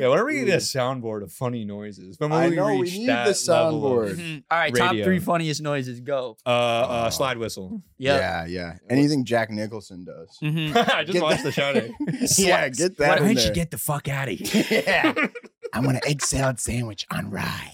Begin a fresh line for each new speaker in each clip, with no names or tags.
Yeah, whenever we get a soundboard of funny noises, when
I
we
know, we
reach
need
that
the
level of-
soundboard.
Mhm. All right, top
Radio.
three funniest noises. Go.
Uh, uh,
Oh.
slide whistle.
Yep.
Yeah, yeah. Anything Jack Nicholson does.
Yeah. Mm-hmm.
I just
Get
watched
that-
the shouting.
yeah, get that. in there.
the fuck out of here?
yeah. I want an egg salad sandwich on rye.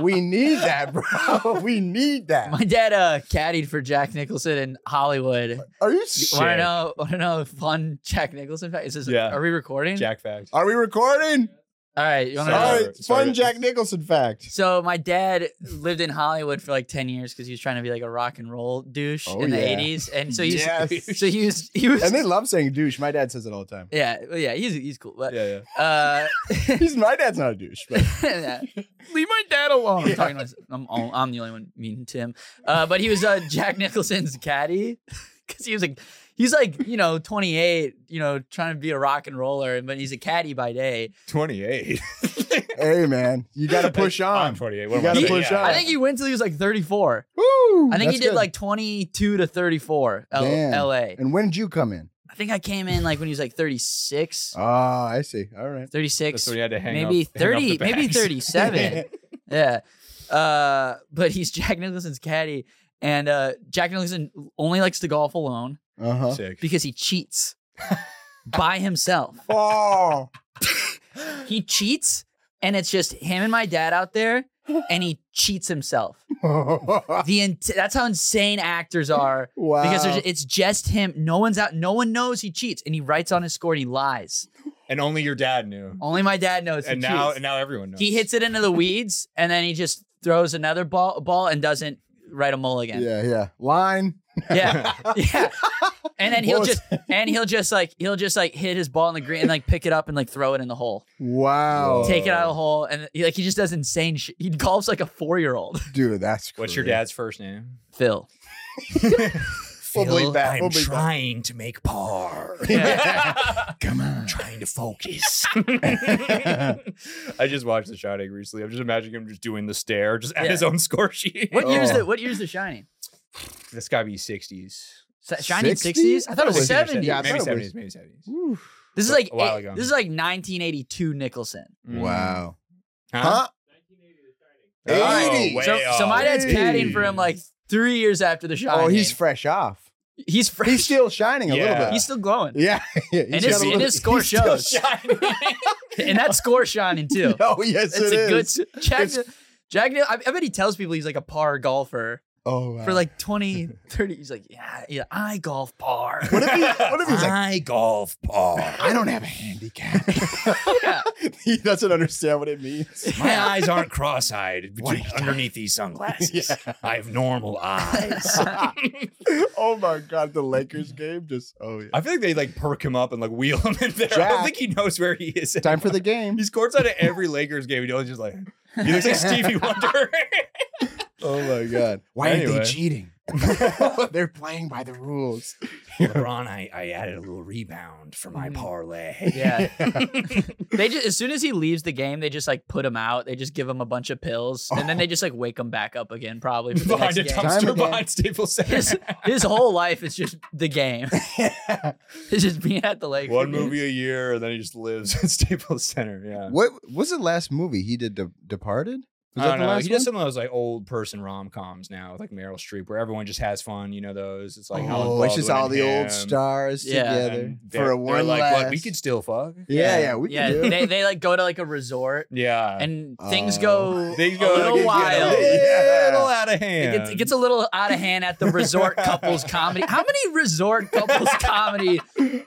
We need that, bro. We need that.
My dad uh caddied for Jack Nicholson in Hollywood.
Are you s-
Want to know? Want to know a fun Jack Nicholson fact? Is this?
Yeah.
Are we recording?
Jack fact.
Are we recording?
All right. You want to
Sorry.
know?
All
Sorry.
right, fun Jack Nicholson fact.
So my dad lived in Hollywood for like ten years because he was trying to be like a rock and roll douche
Oh,
in the
yeah.
eighties, and so he was,
Yes.
so he was, he was,
And they love saying douche. My dad says it all the time.
yeah, well, yeah, he's he's cool, but
Yeah, yeah.
uh,
He's my dad's not a douche, but
yeah. leave my dad alone. I'm talking to myself. I'm, all, I'm the only one mean to him, uh, but he was uh, Jack Nicholson's caddy because he was like he's like you know 28, you know trying to be a rock and roller, but he's a caddy by day.
28.
hey, man, you got to push
I'm
on.
28.
You
What
gotta
am I?
push
yeah.
on.
I think he went till he was like 34.
Woo,
I think he
that's
did
good.
like 22 to 34 L-
Damn.
LA.
And when did you come in?
I think I came in like when he was like 36,
Oh, I see. All right.
That's
36,
when he had to hang
maybe
up, hang up
30,
the
maybe
bags.
37. yeah. Uh, but he's Jack Nicholson's caddy. And uh, Jack Nicholson only likes to golf alone
Uh huh.
Sick.
because he cheats by himself.
Oh,
He cheats, and it's just him and my dad out there, and he cheats himself.
wow.
The in- that's how insane actors are. Because there's, it's just him. No one's out. No one knows he cheats, and he writes on his score and he lies.
And only your dad knew.
Only my dad knows.
And
he
now,
cheats.
and now everyone knows.
he hits it into the weeds, and then he just throws another ball, ball, and doesn't write a mulligan.
yeah, yeah. Line.
Yeah, yeah. And then
What
he'll
was-
just and he'll just like he'll just like hit his ball in the green and like pick it up and like throw it in the hole,
Wow.
Whoa.
take it out of the hole, and he, like he just does insane. shit. He golfs like a four year old.
Dude, that's
What's your
crazy.
dad's first name?
Phil.
We'll bleep that. We'll bleep that.
trying to make par.
Come on.
trying to focus. I just watched The Shining recently. I'm just imagining him just doing the stare, just at
Yeah.
his own score sheet.
What year's
Oh.
the What year's the Shining?
This gotta be 60s.
S- Shining
60?
sixties? I thought it
Probably
was
60s or
seventies.
Yeah, I
Maybe
thought it
70s,
was-
maybe 70s.
This is
But
like
a while
eight-
ago.
this is like 1982 Nicholson.
Mm.
Wow.
Huh?
Huh?
Mm-hmm. Oh,
80s.
way
So, so
off.
my dad's
Hey.
caddying for him like three years after the shot.
Oh, he's fresh off.
he's fresh.
He's still shining a little
Yeah.
bit.
he's still glowing,
yeah. yeah.
and his, and his score shows, and that score shining too.
Oh, yes, it
That's a good
is.
s- Jack.
It's-
Jack, I, I bet he tells people he's like a par golfer
Oh, wow.
for like 20, 30. He's like, yeah, yeah I golf par.
What if, he, what if he's like,
I golf par.
I don't have a handicap.
Yeah.
he doesn't understand what it means.
My eyes aren't cross-eyed
What are you
underneath these sunglasses.
Yeah.
I have normal eyes.
oh my god, the Lakers game just oh yeah.
I feel like they like perk him up and like wheel him in there. I don't
Jack.
think he knows where he is.
Time for the game.
He scores out of every Lakers game. He always just like he looks like Stevie Wonder.
Oh my god. Why
Anyway.
aren't they cheating? They're playing by the rules.
LeBron, I, I added a little rebound for
my Mm.
parlay.
Yeah. they just as soon as he leaves the game, they just like put him out. They just give him a bunch of pills, and then they just like wake him back up again. Probably for the
Behind
next
a
game.
Time
dumpster
again.
behind Staples
His,
Center.
his whole life is just the game. it's just being at the lake.
One movie a year, and then he just lives at Staples Center. Yeah.
What was the last movie he did? De- Departed. Was
I
that
don't
the
know.
last
He
one?
does some of those like old person rom coms now, with, like Meryl Streep, where everyone just has fun. You know those. It's like Alec
oh, it's just
Baldwin
all
and
the
him,
old stars
Yeah.
and
together
they're-
for a
they're
one
like,
last.
What, we could still fuck.
yeah, yeah, we
yeah,
can do it.
they they like go to like a resort,
Yeah.
and things
Oh.
go
they
a
go
little
they get
wild.
a little
Yeah.
out of hand.
It gets, it gets a little out of hand at the resort couples comedy. How many resort couples comedy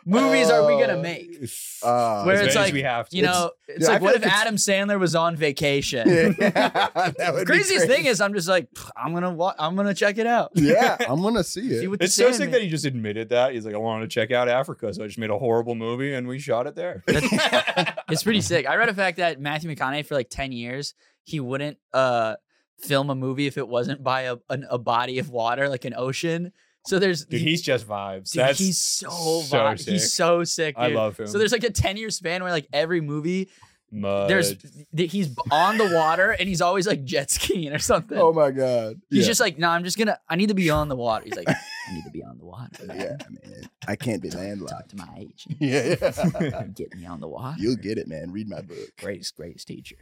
movies are we
Oh,
gonna make?
Uh,
Where
as many as
it's like,
we have to.
You know, it's
Yeah, I
like
feel
what
like
if
it's-
Adam Sandler was on vacation?
that would
The
be
craziest
great.
thing is, I'm just like, "Pff, I'm gonna wa- I'm gonna check it out.
yeah, I'm gonna see
See
it.
what the
It's so
Sandman-
sick that he just admitted that. He's like, I wanted to check out Africa, so I just made a horrible movie and we shot it there.
It's pretty sick. I read a fact that Matthew McConaughey for like ten years he wouldn't uh film a movie if it wasn't by a an, a body of water like an ocean. So there's
Dude, he's just vibes.
dude,
That's
he's so,
so
vi-
sick.
he's so sick.
I
dude.
love him.
So there's like a ten year span where like every movie
Uh,
mud.
there's th- he's on the water and he's always like jet skiing or something.
Oh my god.
he's
Yeah.
just like, no, I'm just gonna I need to be on the water. He's like, I need to be on the water. man.
yeah, I mean, I can't be
Talk
landlocked.
to my agent.
Yeah, yeah.
Get me on the water.
You'll get it, man. Read my book.
greatest, greatest teacher.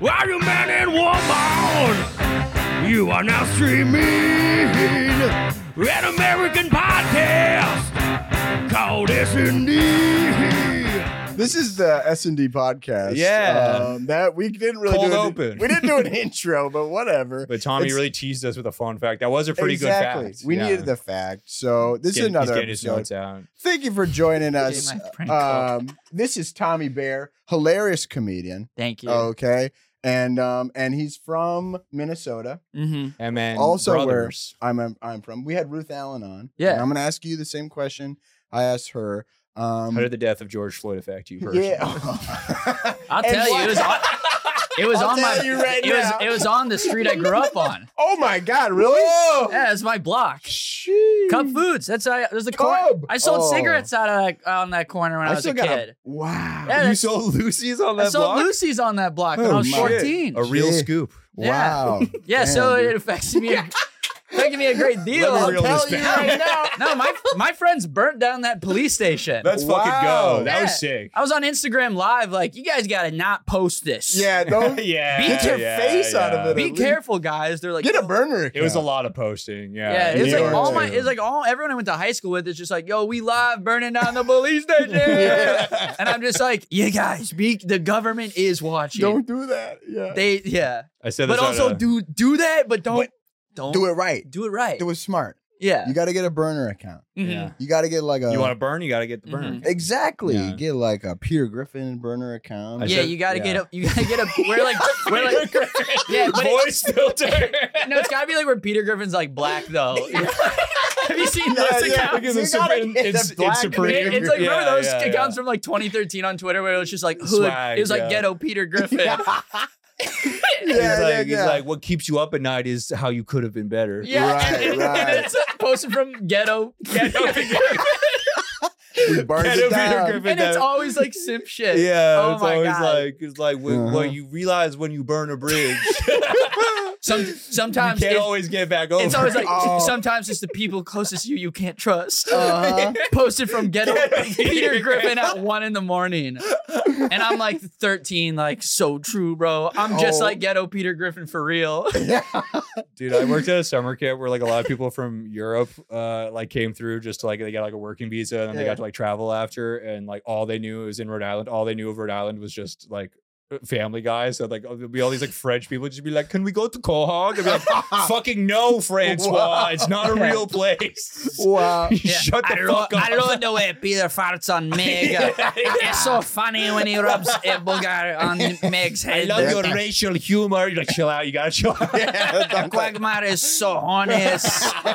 Are you man and woman? You are now streaming an American podcast called S&D.
This is the S and D podcast.
Yeah.
um, that we didn't really
Cold
do an-
open.
We didn't do an intro, but whatever.
But Tommy
It's-
really teased us with a fun fact. That was a pretty
exactly.
good fact.
We
Yeah.
needed the fact. So this
He's getting-
is
he's
another
getting his
episode.
notes out.
Thank you for joining us.
my prank call.
Um, this is Tommy Bear, hilarious comedian.
Thank you.
Okay, and um, and he's from Minnesota.
Mm-hmm.
And then
also where-
brothers.
I'm I'm, I'm from. We had Ruth Allen on.
Yeah.
and I'm gonna ask you the same question I asked her. Um,
How did the death of George Floyd affect you personally?
yeah, Oh,
I'll
And
tell you,
why-
it was on, it was
I'll
on my
tell you right
it was
now.
it was on the street I grew up on.
oh my God, really?
Yeah, that's my block.
Sheesh.
Cub Foods. That's I. There's the corner.
Cub.
I sold
Oh.
cigarettes out of that, on that corner when I, was a kid.
wow.
Yeah, that's-
sold Lucy's on
I sold Lucy's on that block when I
Oh,
was
my.
14.
A real
Yeah.
scoop.
Yeah.
Wow.
Yeah, so
Damn,
it
dude.
affects me. affected me a great deal.
me
I'll
reel
tell
this
you
back.
right now. No, my my friends burnt down that police station.
Let's fucking
Wow.
go. That
Yeah.
was sick.
I was on Instagram live, like, you guys gotta not post this.
yeah, don't
yeah.
Get your
yeah,
face out of
yeah.
it.
Be careful, guys. They're like,
get a
"Yo."
burner.
It was a
account.
lot of posting. Yeah.
Yeah, it's
New
like
York
all my,
too.
it's like all everyone I went to high school with is just like, yo, we live burning down the police station,
Yeah.
and I'm just like, you guys, be the government is watching.
Don't do that. Yeah.
they, yeah,
I said this
but also do do that, but don't don't
uh, do it right.
do it right.
Do it smart.
yeah,
You got to get a burner account.
Mhm.
Mm-hmm. Yeah.
You got to get like a.
You want to burn? You got to get the burn.
exactly
Yeah.
get like a Peter Griffin burner account.
I
yeah.
said-
you gotta get
yeah.
up. You gotta get up. We're like we're like Mm-hmm. yeah, but it,
Voice filter.
no, it's gotta be like where Peter Griffin's like black though. Have you seen
Yeah,
those
yeah.
accounts?
You gotta get the black
It- it's like remember
Yeah,
those
yeah,
accounts from like 2013 on Twitter where it was just like hood.
Swag,
it was like
yeah.
ghetto Peter Griffin.
yeah,
Yeah,
Yeah. he's,
yeah,
like, he's
yeah.
like, what keeps you up at night is how you could have been better.
Right,
and, and
right.
it's uh, posted from ghetto ghetto Peter Griffin,
we burned
Get
it
over here,
down.
Griffin.
and it's
Dunn.
always like simp shit.
Yeah,
Oh
it's
my
always
God.
like it's like when,
Uh-huh.
what you realize when you burn a bridge,
Some, sometimes
can't
it's-
always get back over.
It's always like
Oh.
sometimes it's the people closest to you you can't trust.
Uh-huh.
Posted from ghetto Peter Griffin at one in the morning, and I'm like 13, like so true, bro. I'm just
Oh.
like ghetto Peter Griffin for real.
dude. I worked at a summer camp where like a lot of people from Europe, uh, like came through just to like they got like a working visa and then they
Yeah.
got to like travel after and like all they knew was in Rhode Island. All they knew of Rhode Island was just like. uh, Family guy, so like there'll be all these like French people just be like, "Can we go to Quahog?" And be like, "Fucking no, Francois,
Wow.
it's not a real place."
Wow.
Shut the
I ro-
fuck up.
I love the way Peter farts on Meg. It's so funny when he rubs a booger on Meg's
I
head.
love your
Yeah.
racial humor. You're like, chill out. You gotta chill out.
Yeah,
Quagmire is so honest.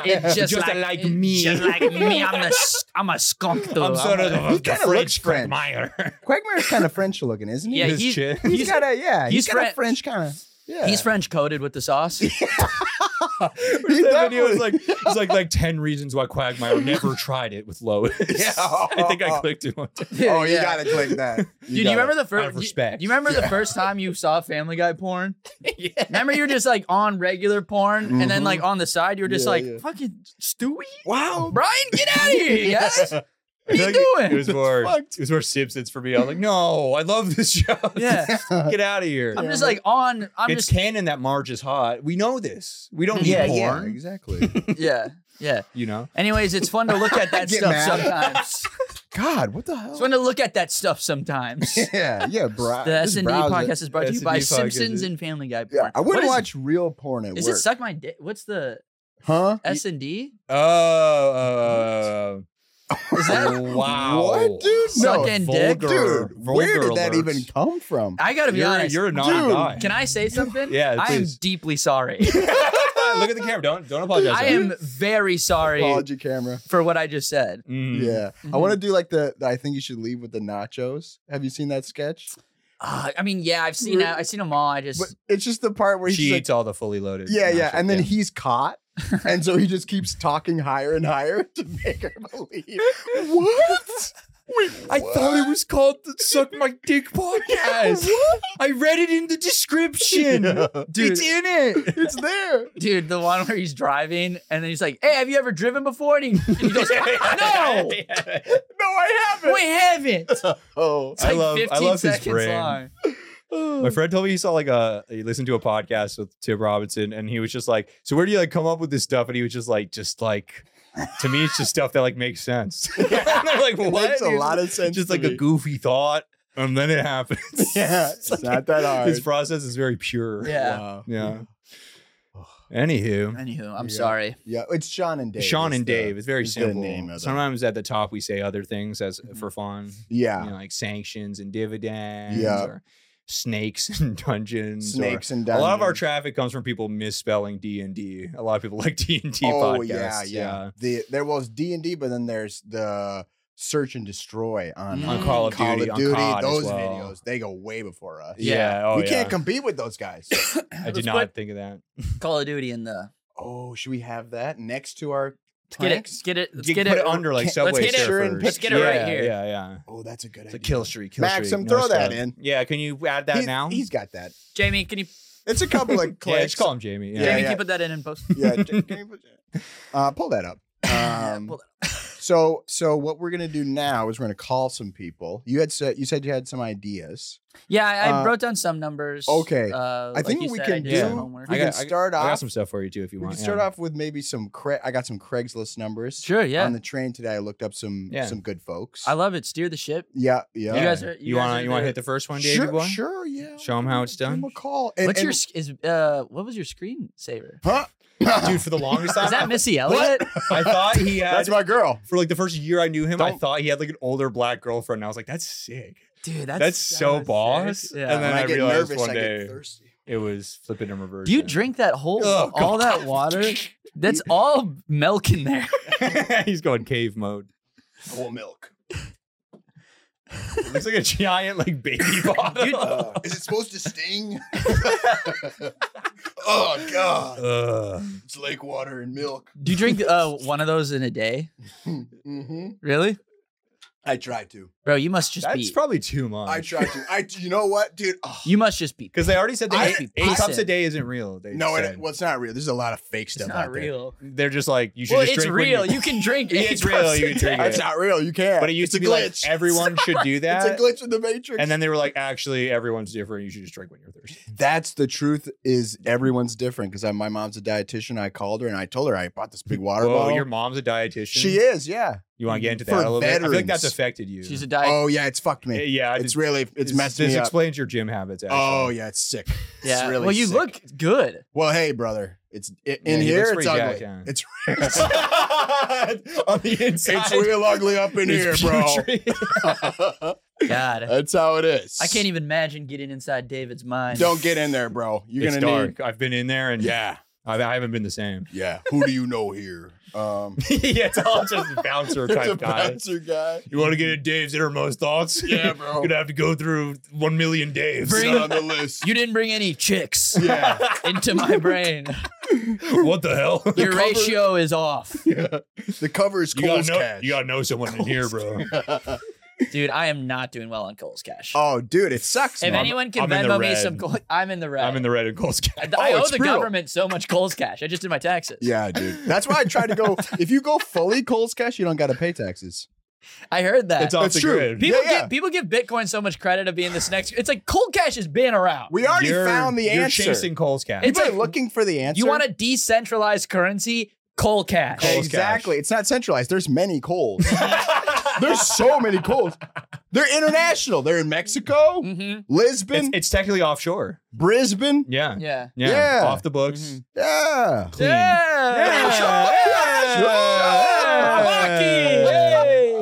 It's just,
Just
like,
like me.
Just like me. I'm the s- I'm a skunk though.
I'm sort
a-
of the,
He
the
kinda looks
French
French.
Quagmire.
Quagmire's kind of French looking, isn't he?
Yeah,
His
he-
chin.
he's got a yeah. He's
he's
got a
French.
French kind of. Yeah.
He's French coded with the sauce.
He
that video is
definitely-
like it's like like ten reasons why Quagmire never tried it with Lois.
Yeah.
I think I clicked it one time.
Oh, you
Yeah.
gotta click that. You
Dude, you
gotta-
remember the first?
out of respect.
You, remember the first time you saw Family Guy porn? Remember you were just like on regular porn, and then like on the side you were just
Yeah,
like
yeah.
fucking Stewie,
Wow.
Brian, get out of here, you guys. What are
I
you
feel like
doing?
It, it was more
fucked.
it was more Simpsons for me. I was like, no, I love this show.
yeah,
Get out of here.
I'm just like on. I'm
it's
just
canon that Marge is hot. We know this. We don't need
Yeah,
porn.
Yeah, exactly.
yeah, yeah.
You know.
Anyways, it's fun to look at that
Get
stuff
mad.
sometimes.
God, what the hell?
It's fun to look at that stuff sometimes.
Yeah, yeah, bro.
The S and D podcast is brought to you by
S&D podcast,
Simpsons
dude.
and Family Guy. Porn.
Yeah, I
What
wouldn't
is-
watch real porn at
Is
work.
it suck my dick? What's the
huh?
S and D?
Oh, uh,
Is that?
wow.
What, dude? No,
Sucking dick?
vulgar-
dude. Where did
vulgar
that
alerts.
even come from?
I gotta be
You're,
honest.
you're a naughty
Dude.
guy.
Can I say something?
Yeah,
I am
please.
deeply sorry.
Look at the camera. Don't don't apologize.
I am very sorry
Apology camera.
for what I just said.
Mm.
Yeah, I
Mhm.
want to do like the, the. I think you should leave with the nachos. Have you seen that sketch?
Uh, I mean, yeah, I've seen uh, I've seen them all. I just
But it's just the part where he's
She
like,
eats all the fully loaded.
yeah, yeah,
nachos,
and then he's caught, and so he just keeps talking higher and higher to make her believe. What?
I thought it was called the Suck My Dick Podcast. I read it in the description.
Dude.
It's in it.
It's there.
Dude, the one where he's driving and then he's like, "Hey, have you ever driven before?" And he, and he goes, "No,
No, I
we haven't." It's
Oh,
I
like
love- I
15
love his
seconds
brain.
long.
My friend told me he saw like a he listened to a podcast with Tim Robinson and he was just like, So where do you like come up with this stuff? And he was just like, just like to me, it's just stuff that like makes sense. And I'm like,
it
what?
makes a
He was
lot of sense.
just
to
like
me.
a goofy thought, and then it happens.
Yeah, it's not that hard.
His process is very pure.
Yeah.
Wow.
Yeah. Anywho,
Anywho, I'm
Yeah.
sorry.
Yeah, it's Sean and Dave.
Sean
is
and
the-
Dave. It's very
is the
simple.
name of the-
Sometimes at the top we say other things as
Mm-hmm.
for fun,
Yeah.
you know, like sanctions and dividends,
Yeah.
or snakes and dungeons. or-
Snakes and
A lot of our
Dungeons.
traffic comes from people misspelling D and D. A lot of people like D and D
Oh
podcasts.
yeah, yeah. The there was D and D, but then there's the search and destroy on uh,
Mm.
On Call of Duty, on COD as
those
well.
videos they go way before us.
Yeah. Oh,
we
yeah.
can't compete with those guys.
I did
Let's
not think of that.
put Call of Duty in the
oh, should we have that next to our?
let's get it,
Planks?
let's get it, let's
Get-
get
put
it,
it under like
let's
Subway
get it-
Surfers.
let's get it right
Yeah,
here.
Yeah, yeah.
Oh, that's a good
It's a
idea.
kill streak. Kill
Maxim,
streak,
throw
no
that
stop.
in.
Yeah, can you add that
He's-
now?
he's got that.
Jamie, can you
It's a couple of
yeah, just
clicks.
call him Jamie. Yeah.
Jamie,
yeah.
can you put that in and post?
yeah, j- can you put that- uh, pull that up. Um,
Pull
so, so what we're gonna do now is we're gonna call some people. You had said you said you had some ideas.
Yeah, I, I
Uh,
wrote down some numbers.
okay.
Uh,
I think
you
what we
said,
can
I did some
do-
homework.
We
I
can
got-
start
I got
off.
some stuff for you too if you
We
want.
can start
yeah.
off with maybe some. Cra- I got some Craigslist numbers.
Sure. Yeah.
On the train today, I looked up some
Yeah.
some good folks.
I love it. Steer the ship.
yeah, yeah.
You guys are- you
You
guys
want
are
to you want
the-
to hit the first one, David?
sure,
boy?
sure, yeah.
Show 'em
Give
how
him-
it's done.
Give him a call. And-
What's your
and-
sc- is uh what was your screensaver?
huh?
Dude, for the longest time,
Is that Missy Elliott?
I thought he had.
That's my girl.
for like the first year I knew him, I
Don't-
thought he had like an older black girlfriend. And I was like, that's sick.
Dude, that's,
That's, so
sick.
boss.
Yeah.
And then
When
I,
I get
realized
nervous,
one
I
day
get thirsty.
it was flipping in reverse.
do you drink that whole
Oh,
all that water? That's all milk in there.
He's going cave mode.
Whole milk.
It looks like a giant like baby bottle.
Dude,
Uh, is it supposed to sting? oh God!
Ugh.
It's lake water and milk.
Do you drink uh one of those in a day?
hmm
Really?
I try to.
Bro, you must just
That's
be
probably too
I
much.
try to. I. You know what, dude? Oh,
you must just be
Because they already said
I-
that eight, eight
I-
cups a day isn't real. They
no,
said.
it, well, it's not real. There's a lot of fake
it's
stuff.
not
out there.
real.
they're just like you should
Well,
just
it's
drink when
real.
you-
You can drink
Yeah,
eight
it's real,
cups
you
a
can drink
day.
it.
That's not real. You can't.
but it used to
It's a
be like
glitch.
everyone should do that.
It's a glitch in the matrix.
And then they were like, actually, everyone's different. You should just drink when you're thirsty.
That's the truth. Is everyone's different? Because my mom's a dietitian. I called her and I told her I bought this big water
Whoa,
bottle.
your mom's a dietitian.
She is. Yeah.
You want to get into that
For
a little bit? I feel like that's
veterans.
affected you.
She's a diet.
Oh yeah, it's fucked me.
yeah,
It's really. It's
this-
messed
This
me up.
explains your gym habits. Actually.
Oh yeah, it's sick.
yeah.
It's really
well, you
sick.
look good.
Well, hey, brother. It's i-
Yeah,
in
he looks
here. It's
pretty
ugly.
jacked, yeah.
It's
on the inside,
it's real ugly up in here,
it's putrid.
bro.
God.
That's how it is.
I can't even imagine getting inside David's mind.
Don't get in there, bro. You're
it's
gonna
dark. I've been in there, and
need. Yeah,
I, I haven't been the same.
yeah. Who do you know here? Um,
yeah, it's all just bouncer
it's a
type guys.
bouncer guy.
You want to get at Dave's innermost thoughts?
Yeah, bro.
You're gonna have to go through one million Daves.
Bring-
Not on the list.
You didn't bring any chicks
yeah.
into my brain.
what the hell?
Your
cover-
ratio is off.
yeah. The cover is
You gotta,
Cole's
know,
Cash.
you gotta know someone in here, bro.
Dude, I am not doing well on Cole's cash.
oh, dude, it sucks.
if
man.
anyone can
I'm in the
Venmo me
red.
some Cole, I'm in the red.
I'm in the red and Cole's
I,
cat.
I
Oh,
owe
it's
the
brutal.
government so much Cole's cash. I just did my taxes.
yeah, dude. That's why I try to go. If you go fully Cole's Cash, you don't got to pay taxes.
I heard that.
It's off
That's
the
true.
grid.
people
Yeah, yeah.
give people give Bitcoin so much credit of being this next. It's like Cole cash has been around.
We already
You're-
found the
you're
answer.
chasing Cole's cat.
It's
It's
like-
looking for the answer.
you want a decentralized currency? Cole cash.
Cole's cash.
exactly. It's not centralized. There's many coals. There's so many coals. They're international. They're in Mexico,
hmm
It's,
Lisbon,
it's technically offshore.
Brisbane.
Yeah.
Yeah.
Yeah.
Yeah.
Off the books.
Mhm.
Yeah.
Clean.
Yeah.
Yeah.
Lucky.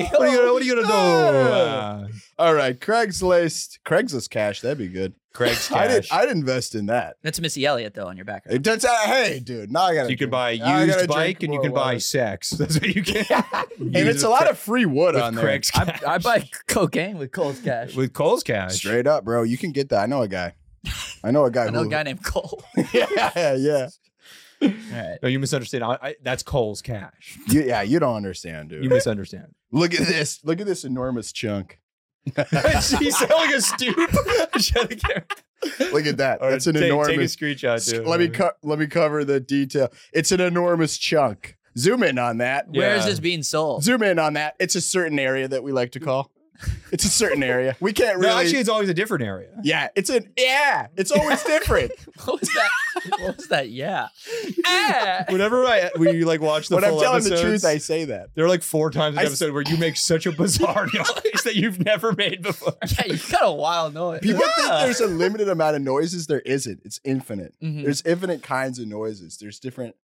What are you gonna, what are you gonna do?
Yeah.
Uh,
All right, Craigslist, Craigslist cash. That'd be good.
Craig's
I'd,
cash.
I'd invest in that.
That's Missy Elliott though on your background.
It turns out, hey, dude, now I got.
So you can buy a
I gotta
used
drink
bike and you
more
can buy
water.
sex. That's what you can.
and it's a lot of free wood
with
on there.
Craig's
I,
cash.
I buy cocaine with Cole's cash.
with Cole's cash.
Straight up, bro. You can get that. I know a guy. I know a guy.
I know a
who-
guy named Cole.
yeah, yeah.
All right.
No, you misunderstand. I, I, that's Cole's cash.
You- yeah, you don't understand, dude.
You misunderstand.
Look at this. Look at this enormous chunk.
She's selling a stoop.
Look at that. That's an enormous.
Take a screenshot, dude.
let me co- let me cover the detail. It's an enormous chunk. Zoom in on that.
Where is
Yeah.
this being sold?
Zoom in on that. It's a certain area that we like to call. It's a certain area. We can't really.
No, actually, it's always a different area.
yeah, it's an yeah. It's always different.
What was that? what was that? Yeah.
Eh.
Ah!
Whenever I we like watch the
when I'm
full
telling the
episodes,
truth, I say that.
there are like four times an
I s-
episode where you make such a bizarre noise that you've never made before.
Yeah, you got a wild noise.
People think there's a limited amount of noises. There isn't. It's infinite.
Mm-hmm.
Mhm.
There's infinite kinds of noises. There's different.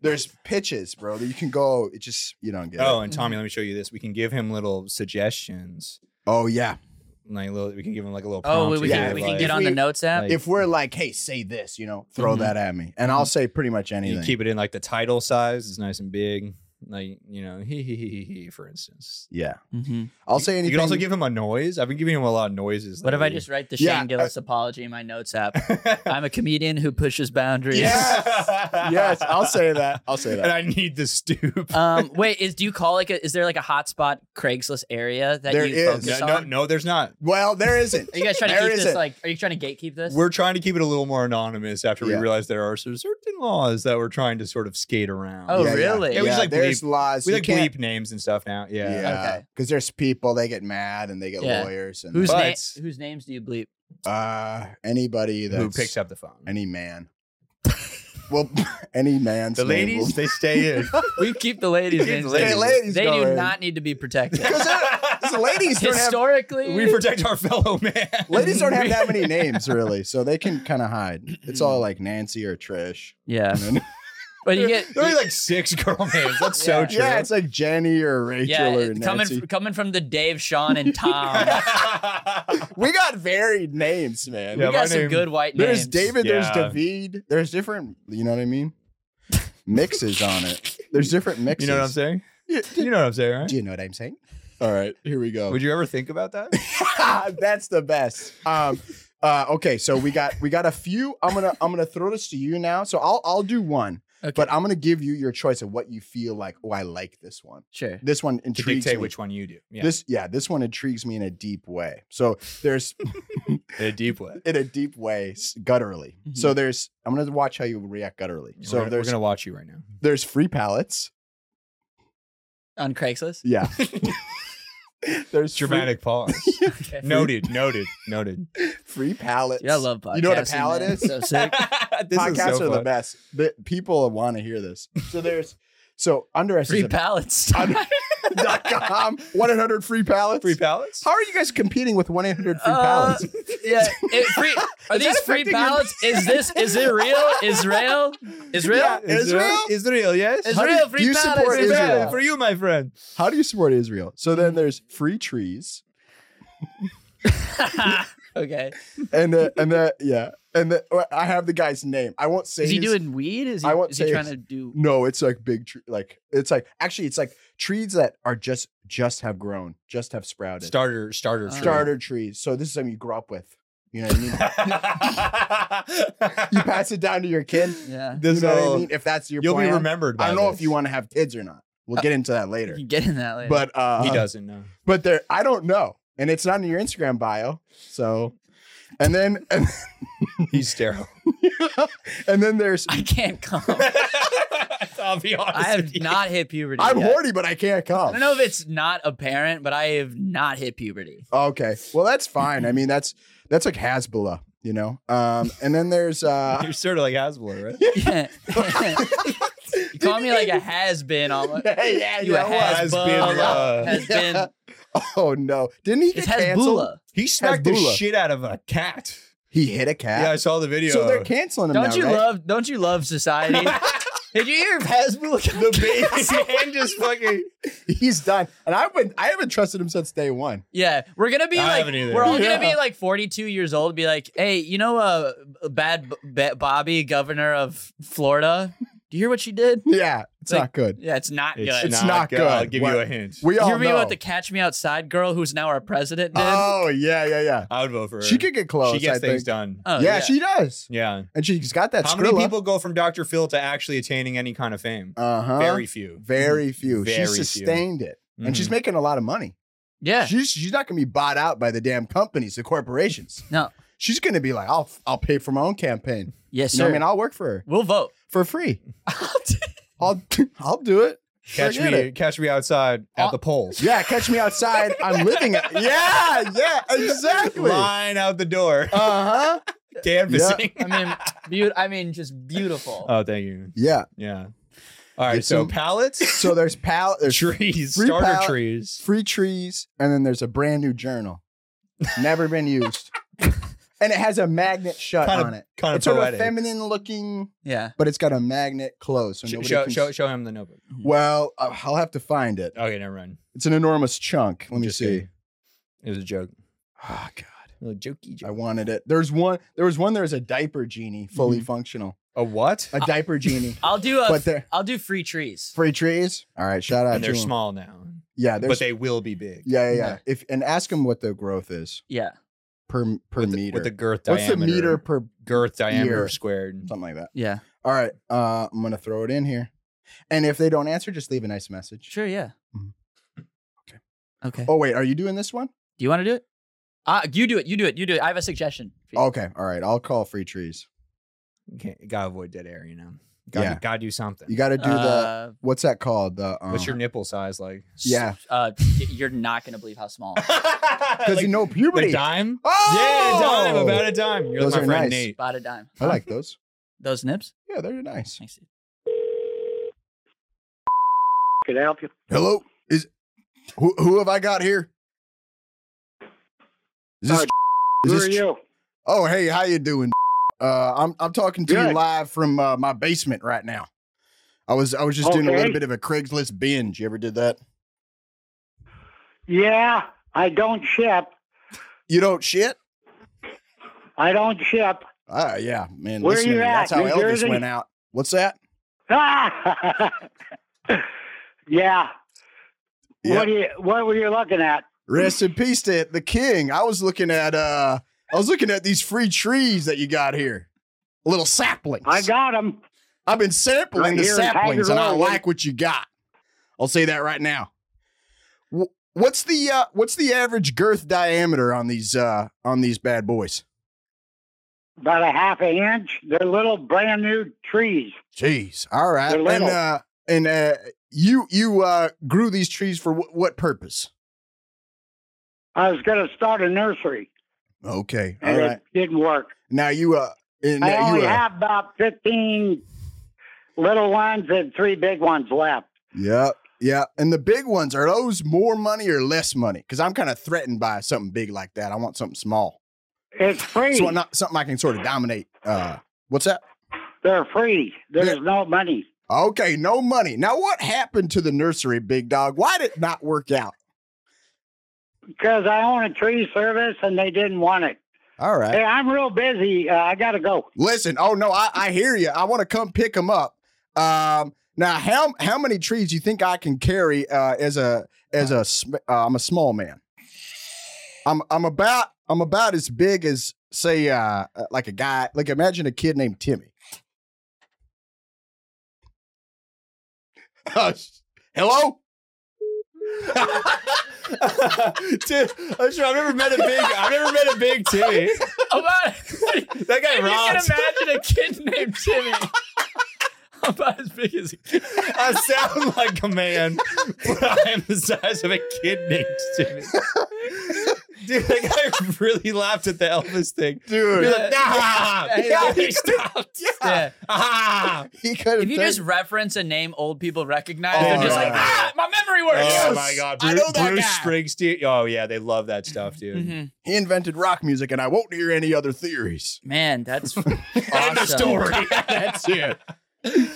There's pitches, bro. That you can go. It just you don't get.
Oh,
it.
and Tommy, let me show you this. We can give him little suggestions.
oh yeah.
Like little, we can give him like a little.
Oh,
prompt
we, we,
to
Yeah,
can,
give,
we can
like-
get on the
we-
notes app.
like-
If we're like, hey, say this, you know, throw
Mhm.
that at me, and I'll say pretty much
Mm-hmm. You
anything.
keep it in like the title size. It's nice and big. Like you know, he he he he he. For instance,
yeah,
Mhm.
I'll say anything.
you can also give him a noise. I've been giving him a lot of noises.
What if I
lately.
just write the Shane
Yeah,
Gillis apology in my notes app? I'm a comedian who pushes boundaries.
yes, I'll say that. I'll say
and
that.
I need the stoop.
Um, wait, is do you call like a is there like a hotspot Craigslist area that
There
you
is.
focus
no,
on?
no, no, there's not.
Well, there isn't.
Are you guys trying to
There
keep this
isn't.
like are you trying to gatekeep this?
We're trying to keep it a little more anonymous after
Yeah.
we realize there are some certain laws that we're trying to sort of skate around.
Oh,
yeah,
really?
Yeah,
Yeah, we just, like,
there's
bleep-
laws.
we
You
like
can't-
bleep names and stuff now. Yeah.
Yeah,
Okay.
because there's people they get mad and they get
Yeah.
lawyers and
whose
But-
name whose names do you bleep?
uh, anybody that's
Who picks up the phone?
any man. well, any man's
The
name will-
ladies, they stay in.
We keep the ladies'
Keep
names.
the
in.
ladies
they do
going.
not need to be protected.
'Cause they're- 'cause the ladies don't have
Historically,
we protect our fellow man.
ladies don't have that many names really, so they can kind of hide. It's all like Nancy or Trish.
yeah,
And then-
but you get
There are like six girl names. That's so
Yeah.
true.
yeah, it's like Jenny or Rachel
yeah,
or
it- coming
Nancy.
coming from the Dave, Sean, and Tom.
we got varied names, man.
Yeah,
we
my
got some
name-
good white
there's
names.
David,
Yeah.
there's David, there's different. You know what I mean? Mixes on it. There's different mixes.
you know what I'm saying? You know what I'm saying, right?
Do you know what I'm saying? All right, here we go.
Would you ever think about that?
That's the best. Um, uh, okay, so we got we got a few. I'm gonna I'm gonna throw this to you now. So I'll I'll do one,
Okay.
but I'm gonna give you your choice of what you feel like. Oh, I like this one.
Sure.
This one
to
intrigues
dictate
me.
which one you do. Yeah.
This yeah, this one intrigues me in a deep way. So there's
in a deep way.
in a deep way s- gutturally.
Mhm.
So there's I'm gonna watch how you react gutturally.
So
So
Mm-hmm. we're, gonna- we're
there's
gonna watch you right now.
there's free pallets.
On Craigslist?
Yeah. there's free-
Dramatic pause.
Okay.
noted. Noted. Noted.
free, pallets.
Dude, I love podcasts.
You know what a pallet is?
So sick.
This is
podcasts
so
are the
fun.
best. The, people want to hear this. So there's so
Free
underestimated
pallets.
com one eight hundred free pallets.
Free pallets.
How are you guys competing with one eight hundred free
Uh,
pallets?
yeah. it- free, are
Is
these
that
free
affecting your-
pallets? Is this is it real? Israel? Israel?
Yeah. Israel?
Israel. Yes.
Is-
How do
Israel,
you-
free
do you
pallets,
support
Israel,
Israel?
For you, my friend.
How do you support Israel? So then there's free trees
okay.
and uh, and the yeah and the, well, I have the guy's name. I won't say.
Is he
his-
doing weed? Is he,
I won't
is he
say
trying
it's-
to do
No, it's like big tree. Like it's like actually it's like trees that are just just have grown, just have sprouted.
Starter. Starter.
Uh,
Starter trees. So this is something you grow up with. You know what I mean? you pass it down to your kid.
Yeah.
You
this
know what I
will-
mean? If that's your
You'll be
plan.
remembered. By
I don't know
this. Uh,
if you want to have kids or not. We'll get into that later.
You can get in that later.
But uh
He doesn't know.
But there I don't know. And it's not in your Instagram bio. So and then and,
He's sterile.
and then there's
I can't come.
I'll be honest.
I have not hit puberty.
I'm
yet.
horny, but I can't
I
come.
don't know if it's not apparent, but I have not hit puberty.
Okay. Well that's fine. I mean that's that's like Hasbullah, you know? Um and then there's uh
You're sort of like Hasbro, right?
you call me like a has been almost.
yeah,
You a
know what?
has been.
Has-been-la.
Has been.
Oh no. Didn't he
It's
get
Hezbollah.
canceled?
He smacked the
Hasbullah.
shit out of a cat.
He hit a cat.
Yeah, I saw the video.
so they're canceling him
Don't
now,
you
right?
love? Don't you love society? Did you hear of Hasbullah?
the baby and just fucking.
He's done. And I've been I haven't trusted him since day one.
yeah, we're gonna be
I
like,
haven't either.
we're all
Yeah.
gonna be like 42 years old. Be like, hey, you know, uh, bad B- B- Bobby, governor of Florida. Do you hear what she did?
Yeah, it's
Like-
not good.
Yeah, it's not
It's,
good.
It's
not,
not
good. I'll
good.
give you
What-
a hint.
We
you
all
hear me
know.
about the catch me outside girl who's now our president did?
oh yeah, yeah, yeah.
I would vote for her.
She could get close.
She gets
I
things
think.
done.
Oh,
yeah, she does,
Yeah.
and she's got that.
How many
Skrilla.
people go from Dr. Phil to actually attaining any kind of fame?
Uh-huh.
Very few.
Very few.
Very few. Mm-hmm.
she sustained it, and she's making a lot of money.
Yeah.
She's she's not going to be bought out by the damn companies, the corporations.
No.
She's going to be like, I'll I'll pay for my own campaign.
yes,
You
sir.
know what I mean? I'll work for her
we'll vote.
for free. I'll I'll do it.
catch
Forget
me,
it.
catch me outside at
Uh,
the polls.
Yeah, catch me outside. I'm living it. Yeah, yeah, exactly. Uh-huh. Uh
Line out the door,
huh.
canvassing.
I mean, beaut- I mean, just beautiful.
Oh, thank you.
Yeah.
Yeah. All right.
Get
So
some-
pallets,
So there's pal. There's
trees,
free
starter
pallet-
trees.
free trees, and then there's a brand new journal, never been used, and it has a magnet shut
Kind of-
on it.
kind of
it's sort
poetic.
of feminine looking,
yeah.
but it's got a magnet close. So
Sh-
nobody
show,
can
show, show him the notebook.
Well, I- I'll have to find it.
Okay, never mind.
It's an enormous chunk. Let me
Just
see.
kidding. It was a joke.
Oh god,
A little jokey
I
joke.
wanted it. There's one. There was one. There's a diaper genie, fully
Mm-hmm.
functional.
A what?
A diaper genie,
I'll do a.
but they're
I'll do free trees.
free trees. All right, shout out.
and they're
to 'em.
small now,
Yeah, they're
but
s-
they will be big.
yeah, yeah, yeah. If and ask them what the growth is
Yeah.
per per
with The,
meter.
with the girth
What's
diameter.
the meter per
girth diameter
year?
squared?
something like that?
Yeah.
All right, uh, I'm gonna throw it in here, and if they don't answer, just leave a nice message.
Sure. Yeah.
Mhm.
Okay.
Okay.
Mm-hmm. Okay.
Oh wait, are you doing this one?
Do you want to do it? Oh, Uh, you do it. You do it. You do it. I have a suggestion. for you.
Okay, all right. I'll call free trees.
Can't, gotta avoid dead air, you know. Gotta,
Yeah.
gotta do something.
You got to do the
Uh,
what's that called? The um,
What's your nipple size like?
s-
yeah.
Uh, y- you're not gonna believe how small.
because you know puberty.
The dime?
Oh,
Yeah, a dime, about a dime. You're
Those
like my
are
friend
nice.
Nate.
Spot a dime.
I like those.
Those nips.
Yeah, they're nice.
Thanks, dude.
Can I help you?
Hello, is who who have I got here? Is this, is
Hi, Uh, Who
this-
are you?
Oh, hey, how you doing? Uh, I'm I'm talking to you
Good.
live from uh, my basement right now. I was I was just doing a
Okay.
little bit of a Craigslist binge. You ever did that?
Yeah, I don't ship.
You don't shit?
I don't ship.
Ah, yeah, man.
Where
listen
you
to me.
at?
That's how
New
Elvis
Jersey?
went out. What's that?
Ah! yeah.
Yeah.
What do you? What were you looking at?
Rest in peace to the king. I was looking at uh I was looking at these free trees that you got here. Little saplings.
I got them.
I've been sampling
Right
the
here in Tiger
saplings and I
Road.
like what you got. I'll say that right now. Wh- What's the uh what's the average girth diameter on these uh on these bad boys?
About a half an inch. They're little brand new trees.
Jeez. All right.
They're
And
little.
uh and uh you you uh grew these trees for wh- what purpose?
I was going to start a nursery,
Okay. All
and
right.
it didn't work.
Now you uh and
I
now you
only
uh,
have about fifteen little ones and three big ones left.
Yep. Yeah. And the big ones are those more money or less money? Because I'm kind of threatened by something big like that. I want something small.
It's free.
So not something I can sort of dominate. Uh what's that?
They're free. There's
Yeah.
no money.
Okay, no money. Now what happened to the nursery, big dog? Why did it not work out?
Because I own a tree service and they didn't want it.
All right.
Hey, I'm real busy. Uh, I got to go.
Listen, oh no, I, I hear you. I want to come pick them up. Um now how how many trees you think I can carry uh as a as a sm- uh, I'm a small man. I'm I'm about I'm about as big as say uh like a guy like imagine a kid named Timmy. Hello?
Dude, I sure I've never met a big. I've never met a big Timmy.
About
That guy
you can
rocks.
imagine a kid named Timmy. About as big as a kid.
I sound like a man, but I am the size of a kid named Timmy. Dude, that guy really laughed at the Elvis thing.
Dude,
You're like, nah,
Yeah,
yeah,
yeah.
he stopped.
Yeah.
Ah.
he could
If you just reference a name old people recognize,
Oh,
they're just
yeah.
like, ah, my memory works.
Oh
Yes.
my god,
I
Bruce,
know that
Bruce
guy.
Springsteen. Oh yeah, they love that stuff, dude.
Mhm.
he invented rock music and I won't hear any other theories.
Man, that's
End
Awesome.
of story.
That's it.
Uh,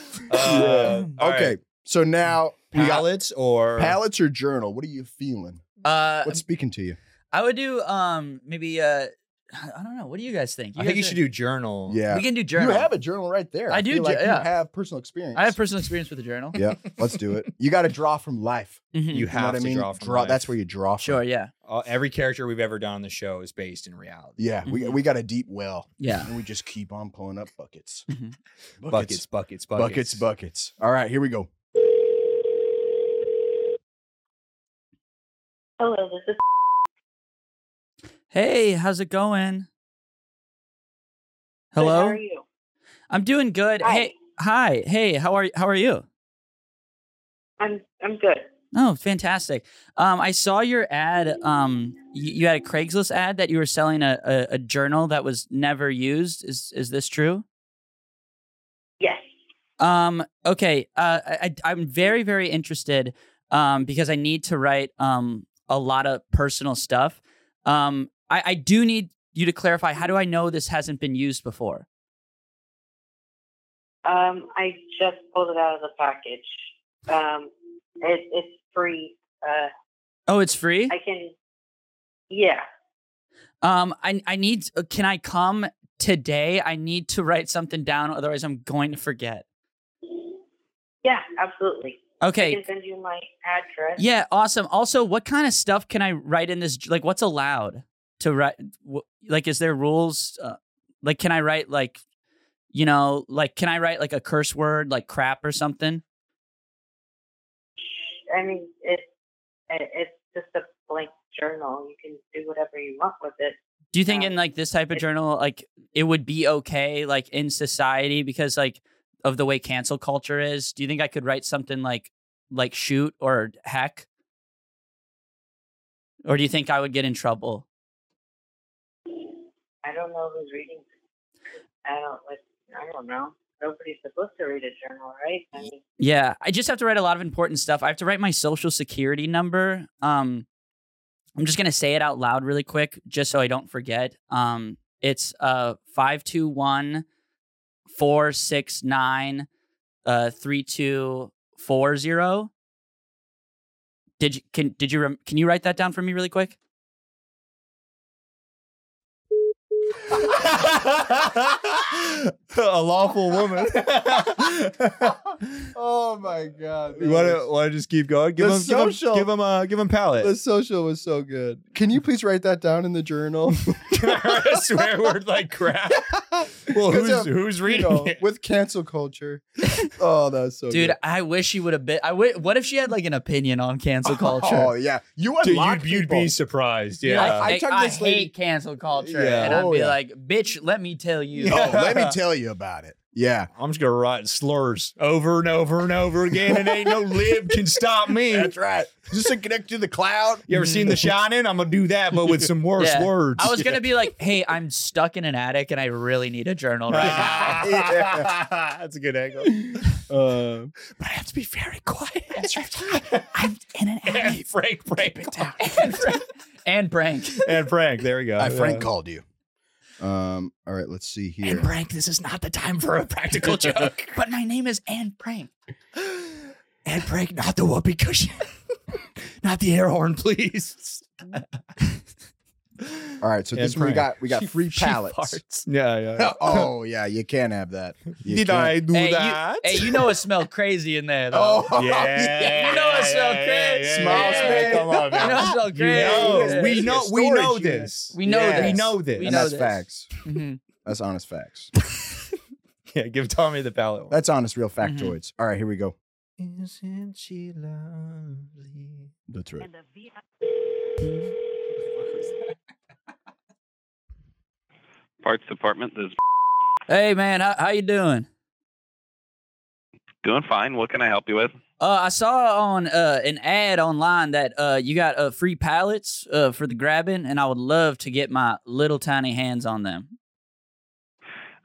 all
okay.
right.
So now we got
Pallets or
pallets or journal. What are you feeling?
uh
What's speaking to you?
I would do um maybe uh I don't know. What do you guys think?
I think
guys
you
are-
should do journal.
Yeah.
We can do journal.
You have a journal right there.
I do
feel
ju-
like
yeah.
You have personal experience.
I have personal experience with a journal.
yeah. Let's do it. You got to draw from life.
Mhm.
You
You know
have
what I
to
mean?
draw. From life.
That's where you draw. From.
Sure. Yeah.
Uh, every character we've ever done on the show is based in reality.
Yeah. We
Mhm.
we got a deep well,
Yeah.
and we just keep on pulling up buckets.
Mhm.
Buckets, buckets, buckets,
buckets, buckets. All right, here we go.
Hello, this is
Hey, how's it going?
good. How
Hello.
are you?
I'm doing good.
Hi.
Hey. Hi. Hey. How are How are you?
I'm I'm good.
Oh, fantastic. Um, I saw your ad. Um, you, you had a Craigslist ad that you were selling a, a, a journal that was never used. Is Is this true?
Yes.
Um, okay. Uh, I, I- I'm very, very interested um, because I need to write um, a lot of personal stuff. Um, I, I do need you to clarify how do I know this hasn't been used before?
Um, I just pulled it out of the package. Um, it, it's free. Uh,
Oh, it's free?
I can. Yeah.
Um, I, I need, uh, can I come today? I need to write something down, otherwise, I'm going to forget.
Yeah. Absolutely. I
Okay.
can send you my address.
Yeah, awesome. Also, what kind of stuff can I write in this? Like, what's allowed to write? wh- Like, is there rules? Uh, like, can I write like, you know, like can I write like a curse word, like crap or something?
I mean, it, it it's just a blank journal. You can do whatever you want with it.
Do you think
No.
in like this type of
It-
journal, like it would be okay, like in society, because like of the way cancel culture is? Do you think I could write something like like shoot or heck? Or do you think I would get in trouble?
I don't know who's reading. it. I don't like. I don't know. Nobody's supposed to read a journal, right? I mean,
Yeah, I just have to write a lot of important stuff. I have to write my social security number. Um, I'm just gonna say it out loud really quick, just so I don't forget. Um, it's uh five two one four six nine uh three two four zero. Did you can did you rem- can you write that down for me really quick?
a lawful woman.
oh my god!
you want to want to just keep going? Give
The
him,
social-
give him, give him a, give him palette.
social was so good. Can you please write that down in the journal?
a swear word like crap. Well,
'Cause,
who's
um,
who's
You
reading
know,
it?
with cancel culture. Oh, that was so
Dude,
good.
I wish she would have been. I w- what if she had like an opinion on cancel culture?
Oh yeah, you
Dude,
unlock
you'd, you'd
people.
be surprised.
Yeah,
Yeah.
I
I,
talked to
I
this
hate
lady-
cancel culture,
Yeah.
and I'd
Oh,
be
yeah.
like, "Bitch, let me tell you."
Oh, let me tell you about it. Yeah,
I'm just gonna write slurs over and over and over again, and ain't no lib can stop me.
that's right. Just to connect to the cloud.
You ever seen The Shining? I'm gonna do that, but with some worse
Mm-hmm. Yeah.
words.
I was gonna be like, "Hey, I'm stuck in an attic, and I really need a journal right now."
That's a good angle.
Uh,
But I have to be very quiet. I'm in an
and Frank, break it down.
and Frank. And Frank.
And Frank, there we go. Uh,
I Frank
Yeah.
called you. Um. All right. Let's see here.
Frank, this is not the time for a practical joke. but my name is Anne Frank.
And Frank, not the whoopee cushion, not the air horn, please.
All right. So
And
this one we
Frank.
got we got free pallets.
Yeah, yeah.
oh yeah, you can't have that. You
Did
can't-
I do
Hey,
that?
you, hey, you know it smelled crazy in there, though.
Oh
yeah,
You know it's so
yeah,
great.
yeah, yeah,
Smiles,
yeah,
man.
Come on,
You know
man.
it smelled
You
crazy.
know, we
Yeah.
know, we know
Storage unit.
this.
We know
Yes.
We know
We
And
this.
know
that's
this.
facts.
Mhm.
That's honest facts.
Yeah, give Tommy the palette one.
That's honest, real factoids. All right, here we go.
Isn't she lovely?
That's right.
the VIP
parts department is
Hey, man, how, how you doing?
doing fine. What can I help you with?
Uh, I saw on uh, an ad online that uh, you got uh, free pallets uh, for the grabbing, and I would love to get my little tiny hands on them.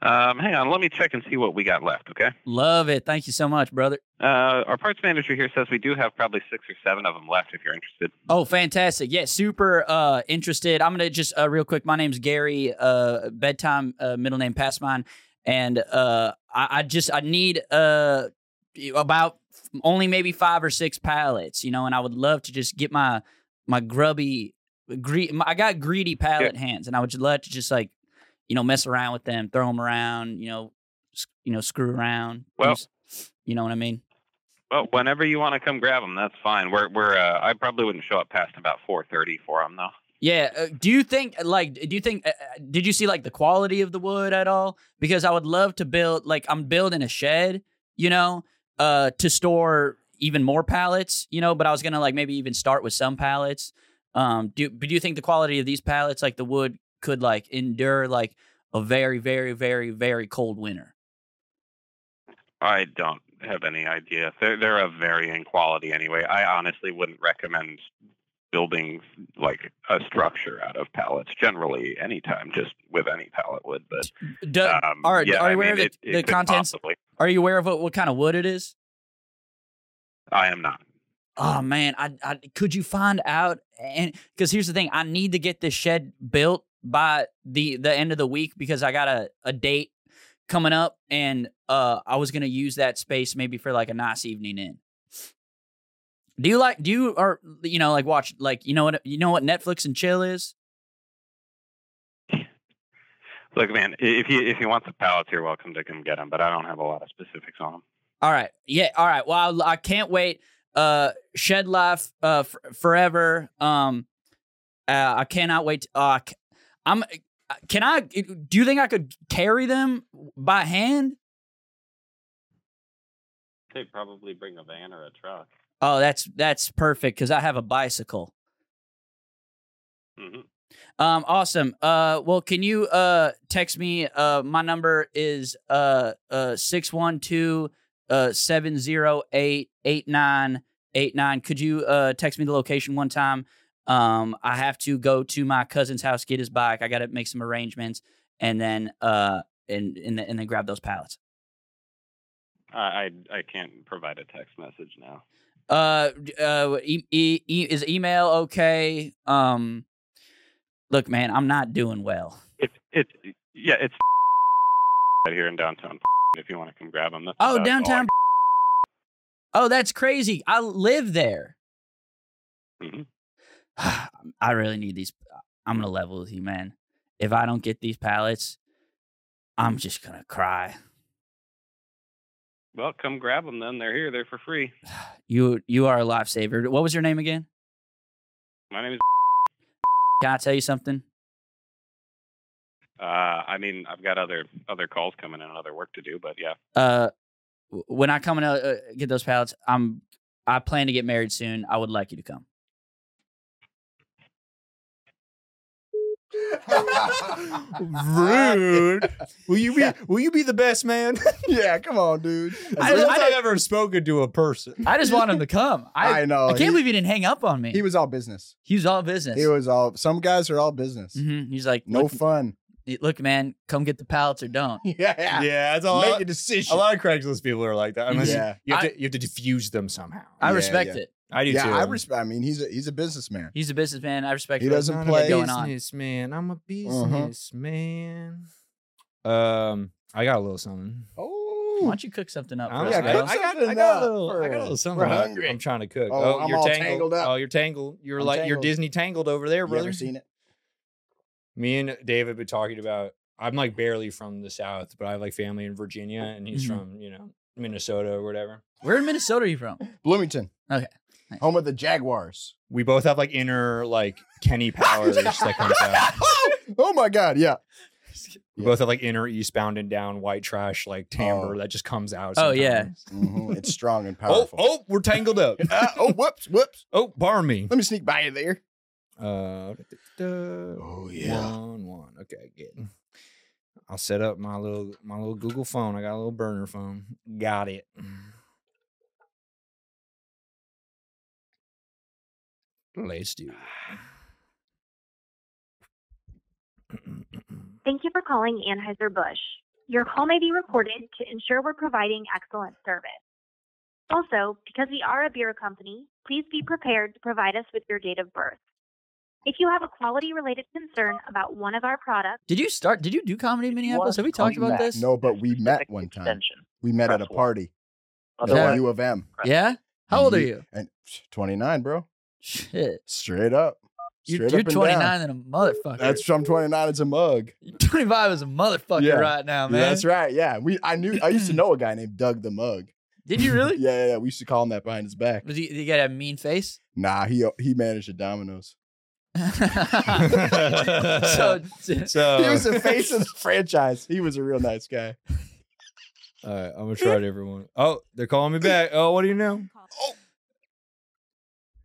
Um, hang on, let me check and see what we got left, okay?
Love it. Thank you so much, brother.
Uh, our parts manager here says we do have probably six or seven of them left if you're interested.
Oh, fantastic. Yeah, super uh, interested. I'm going to just uh, real quick. My name's Gary, uh, bedtime, uh, middle name past mine. And uh, I, I just, I need uh, about only maybe five or six pallets, you know, and I would love to just get my, my grubby gre- my- I got greedy palate hands, and I would just love to just like, you know, mess around with them, throw them around, you know, s- you know, screw around.
Well-
use- you know what I mean?
Well, whenever you want to come grab them, that's fine. We're we're. Uh, I probably wouldn't show up past about four thirty for them though.
Yeah. Uh, do you think like do you think uh, uh, did you see like the quality of the wood at all? Because I would love to build like I'm building a shed, you know, uh, to store even more pallets, you know. But I was gonna like maybe even start with some pallets. Um, do but do you think the quality of these pallets, like the wood, could like endure like a very very very very cold winter?
I don't have any idea. They're they're of varying quality anyway. I honestly wouldn't recommend building like a structure out of pallets generally anytime, just with any pallet wood. But
Do,
um,
Uh, are
yeah,
are
I
you aware of
mean, it-
the,
it
the
could
contents?
Possibly.
Are you aware of what, what kind of wood it is?
I am not.
oh man I, I could you find out and because here's the thing i need to get this shed built by the the end of the week because i got a, a date coming up and uh i was gonna use that space maybe for like a nice evening in do you like do you or you know like watch like you know what you know what netflix and chill is
Look, man, i- if you if you want the pallets, you're welcome to come get them. But I don't have a lot of specifics on them.
All right. Yeah. All right. Well, I, I can't wait. Uh, shed life. Uh, f- forever. Um, uh, I cannot wait. Uh, c- I'm. uh, Can I? Do you think I could carry them by hand?
They probably bring a van or a truck.
Oh, that's that's perfect because I have a bicycle.
hmm
Um, awesome. Uh, well, can you uh text me? Uh, my number is uh uh six one two uh seven zero eight eight nine eight nine. Could you uh text me the location one time? Um, I have to go to my cousin's house, get his bike. I got to make some arrangements, and then uh and and then, and then grab those pallets.
I, I I can't provide a text message now.
Uh, d- uh, e- e- e- is email okay? Um, look, man, I'm not doing well.
It's it's yeah, it's right here in downtown. If you want to come grab them.
Oh, downtown. Oh, that's crazy. I live there.
Mm-hmm.
Mhm.
I really need these. I'm gonna level with you, man. If I don't get these pallets, I'm just gonna cry.
Well, come grab them then. They're here. They're for free.
You you are a lifesaver. What was your name again?
My name is.
Can I tell you something?
Uh, I mean, I've got other other calls coming in and other work to do, but yeah.
Uh, w- when I come and uh, uh, get those pallets, I'm I plan to get married soon. I would like you to come.
Rude. Will you be? Will you be the best man?
yeah, come on, dude.
I-
I,
I-
have ever spoken to a person.
I just want him to come.
I,
I I,
know.
can't
he,
believe he didn't hang up on me.
he was all business.
He was all business.
He was all. Some guys are all business.
Mhm. He's like,
No
look,
fun.
look, man, come get the pallets or don't.
Yeah.
Yeah, it's
Make
all.
a decision.
A lot of Craigslist people are like that. Unless you-
Yeah.
you, have to, you have to diffuse them somehow.
I
Yeah,
respect
yeah.
it.
I do
Yeah,
too.
I respect. I mean, he's a he's a businessman.
He's a businessman. I respect.
He
what-
doesn't
what
play.
going on.
man.
Uh-huh.
I'm a
businessman.
Um, I got a little something.
Why
Oh,
don't you cook something up?
I,
For
don't
us,
yeah,
know. I-
Kyle?
cook
I got,
something
I got
up
a little, I
for
got a little
us.
something.
We're
I'm-
hungry.
I'm trying to cook.
Oh,
Oh,
I'm
you're
all
tangled.
tangled up.
Oh, you're tangled. You're
I'm
like you're
tangled.
Disney tangled over there,
Oh. you
brother.
ever seen it?
Me and Dave have been talking about. I'm like barely from the South, but I have like family in Virginia, and he's
Mhm.
from you know Minnesota or whatever.
Where in Minnesota are you from?
Bloomington.
Okay. Nice.
Home of the Jaguars.
We both have like inner like Kenny Powers that comes out.
oh my God! Yeah.
We
Yeah.
both have like inner eastbound and down white trash like timbre that just comes out.
Oh, yeah.
sometimes.
Mhm. It's strong and
Oh,
powerful.
oh, we're tangled up.
Ah, oh, whoops, whoops.
Oh, bar me.
Let me sneak by you there.
Uh,
Oh
One, one. Okay, good. I'll set up my little my little Google phone. I got a little burner phone. Got it. Let's do it.
Thank you for calling Anheuser-Busch. Your call may be recorded to ensure we're providing excellent service. Also, because we are a beer company, please be prepared to provide us with your date of birth. If you have a quality-related concern about one of our products,
Did you start? Did you do comedy in Minneapolis? Have we talked about this?
No, but we met one time. We met at a
Press one.
party.
Yeah.
At U of M.
Yeah. How old are
And
you?
And 29, bro.
Shit.
Straight up.
You're,
Straight
you're
up and
29
down.
and a motherfucker.
That's from 29. It's a mug.
25 is a motherfucker
Yeah.
right now, man.
That's right. Yeah. We I knew I used to know a guy named Doug the Mug.
Did you really?
Yeah, yeah, yeah. We used to call him that behind his back.
Was he, did he got a mean face?
Nah, he he managed the Domino's.
so
So
He was the face of the franchise. He was a real nice guy.
all right, I'm gonna try it, everyone. Oh, they're calling me back. Oh, what do you know?
Oh.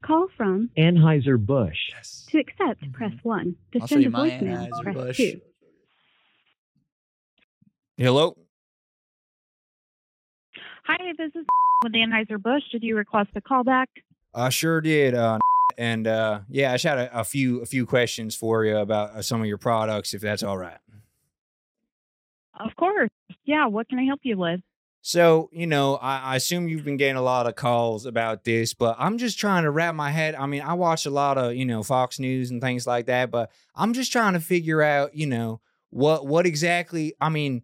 Call from
Anheuser-Busch.
to accept, press one. To
Mm-hmm. I'll show
send
you
a
my
voicemail, press
Anheuser-Busch.
two.
Hello.
Hi, this is with Anheuser Busch. Did you request a callback?
I sure did. Uh, and uh, yeah, I just had a, a few a few questions for you about uh, some of your products, if that's all right.
Of course. Yeah. What can I help you with?
So, you know, I, I assume you've been getting a lot of calls about this, but I'm just trying to wrap my head. I mean, I watch a lot of, you know, Fox News and things like that, but I'm just trying to figure out, you know, what what exactly. I mean,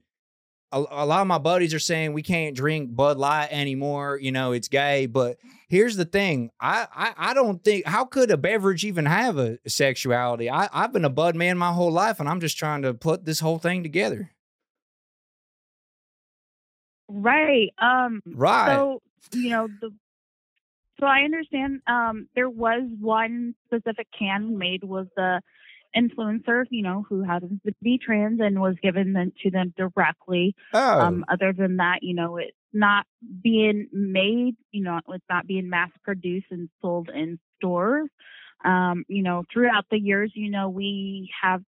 a, a lot of my buddies are saying we can't drink Bud Light anymore. You know, it's gay. But here's the thing: I I, I don't think how could a beverage even have a sexuality? I I've been a Bud man my whole life, and I'm just trying to put this whole thing together.
Right. Um,
Right.
So you know the. So I understand. Um, there was one specific can we made was the influencer, you know, who happens to be trans and was given them to them directly.
Oh,
Um, other than that, you know, it's not being made, you know, it's not being mass produced and sold in stores. Um, you know, throughout the years, you know, we have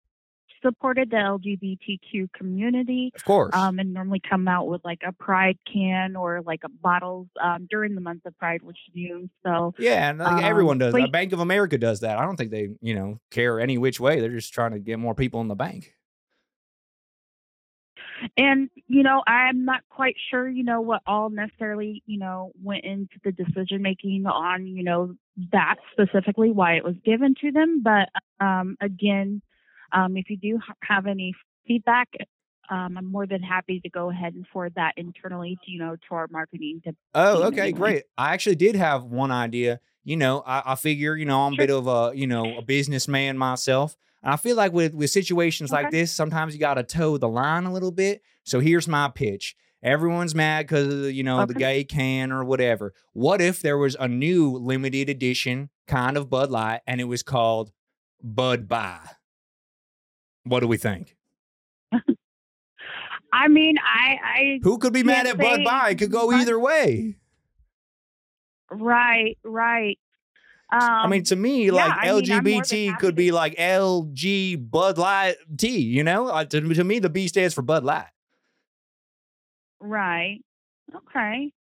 supported the LGBTQ community
Oh, of course.
um, and normally come out with like a pride can or like a bottles um, during the month of pride, which is June. So
Yeah, and like
Um,
everyone does.
but-
that. Bank of America does that. I don't think they, you know, care any which way. They're just trying to get more people in the bank.
and you know i'm not quite sure you know what all necessarily you know went into the decision making on you know that specifically why it was given to them but um again um if you do ha- have any feedback um i'm more than happy to go ahead and forward that internally to you know to our marketing to
Oh,
Mm,
okay,
anyway.
great. I actually did have one idea. You know, I, I figure, you know, I'm a bit of a, you know, a businessman myself. And I feel like with with situations like
Okay.
this, sometimes you got to toe the line a little bit. So here's my pitch. Everyone's mad because of the, you know, the
Okay.
gay can or whatever. What if there was a new limited edition kind of Bud Light and it was called Bud Buy? What do we think?
i mean i i
Who could be mad at
can't
Bud
say
By? It could go
Bud-
either way.
right right um,
I mean, to me,
yeah,
like
I mean, I'm more than
LGBT
happy
could
to-
be like LG Bud Light T, you know? Like, to, to me, the B stands for Bud Light.
Right. Okay.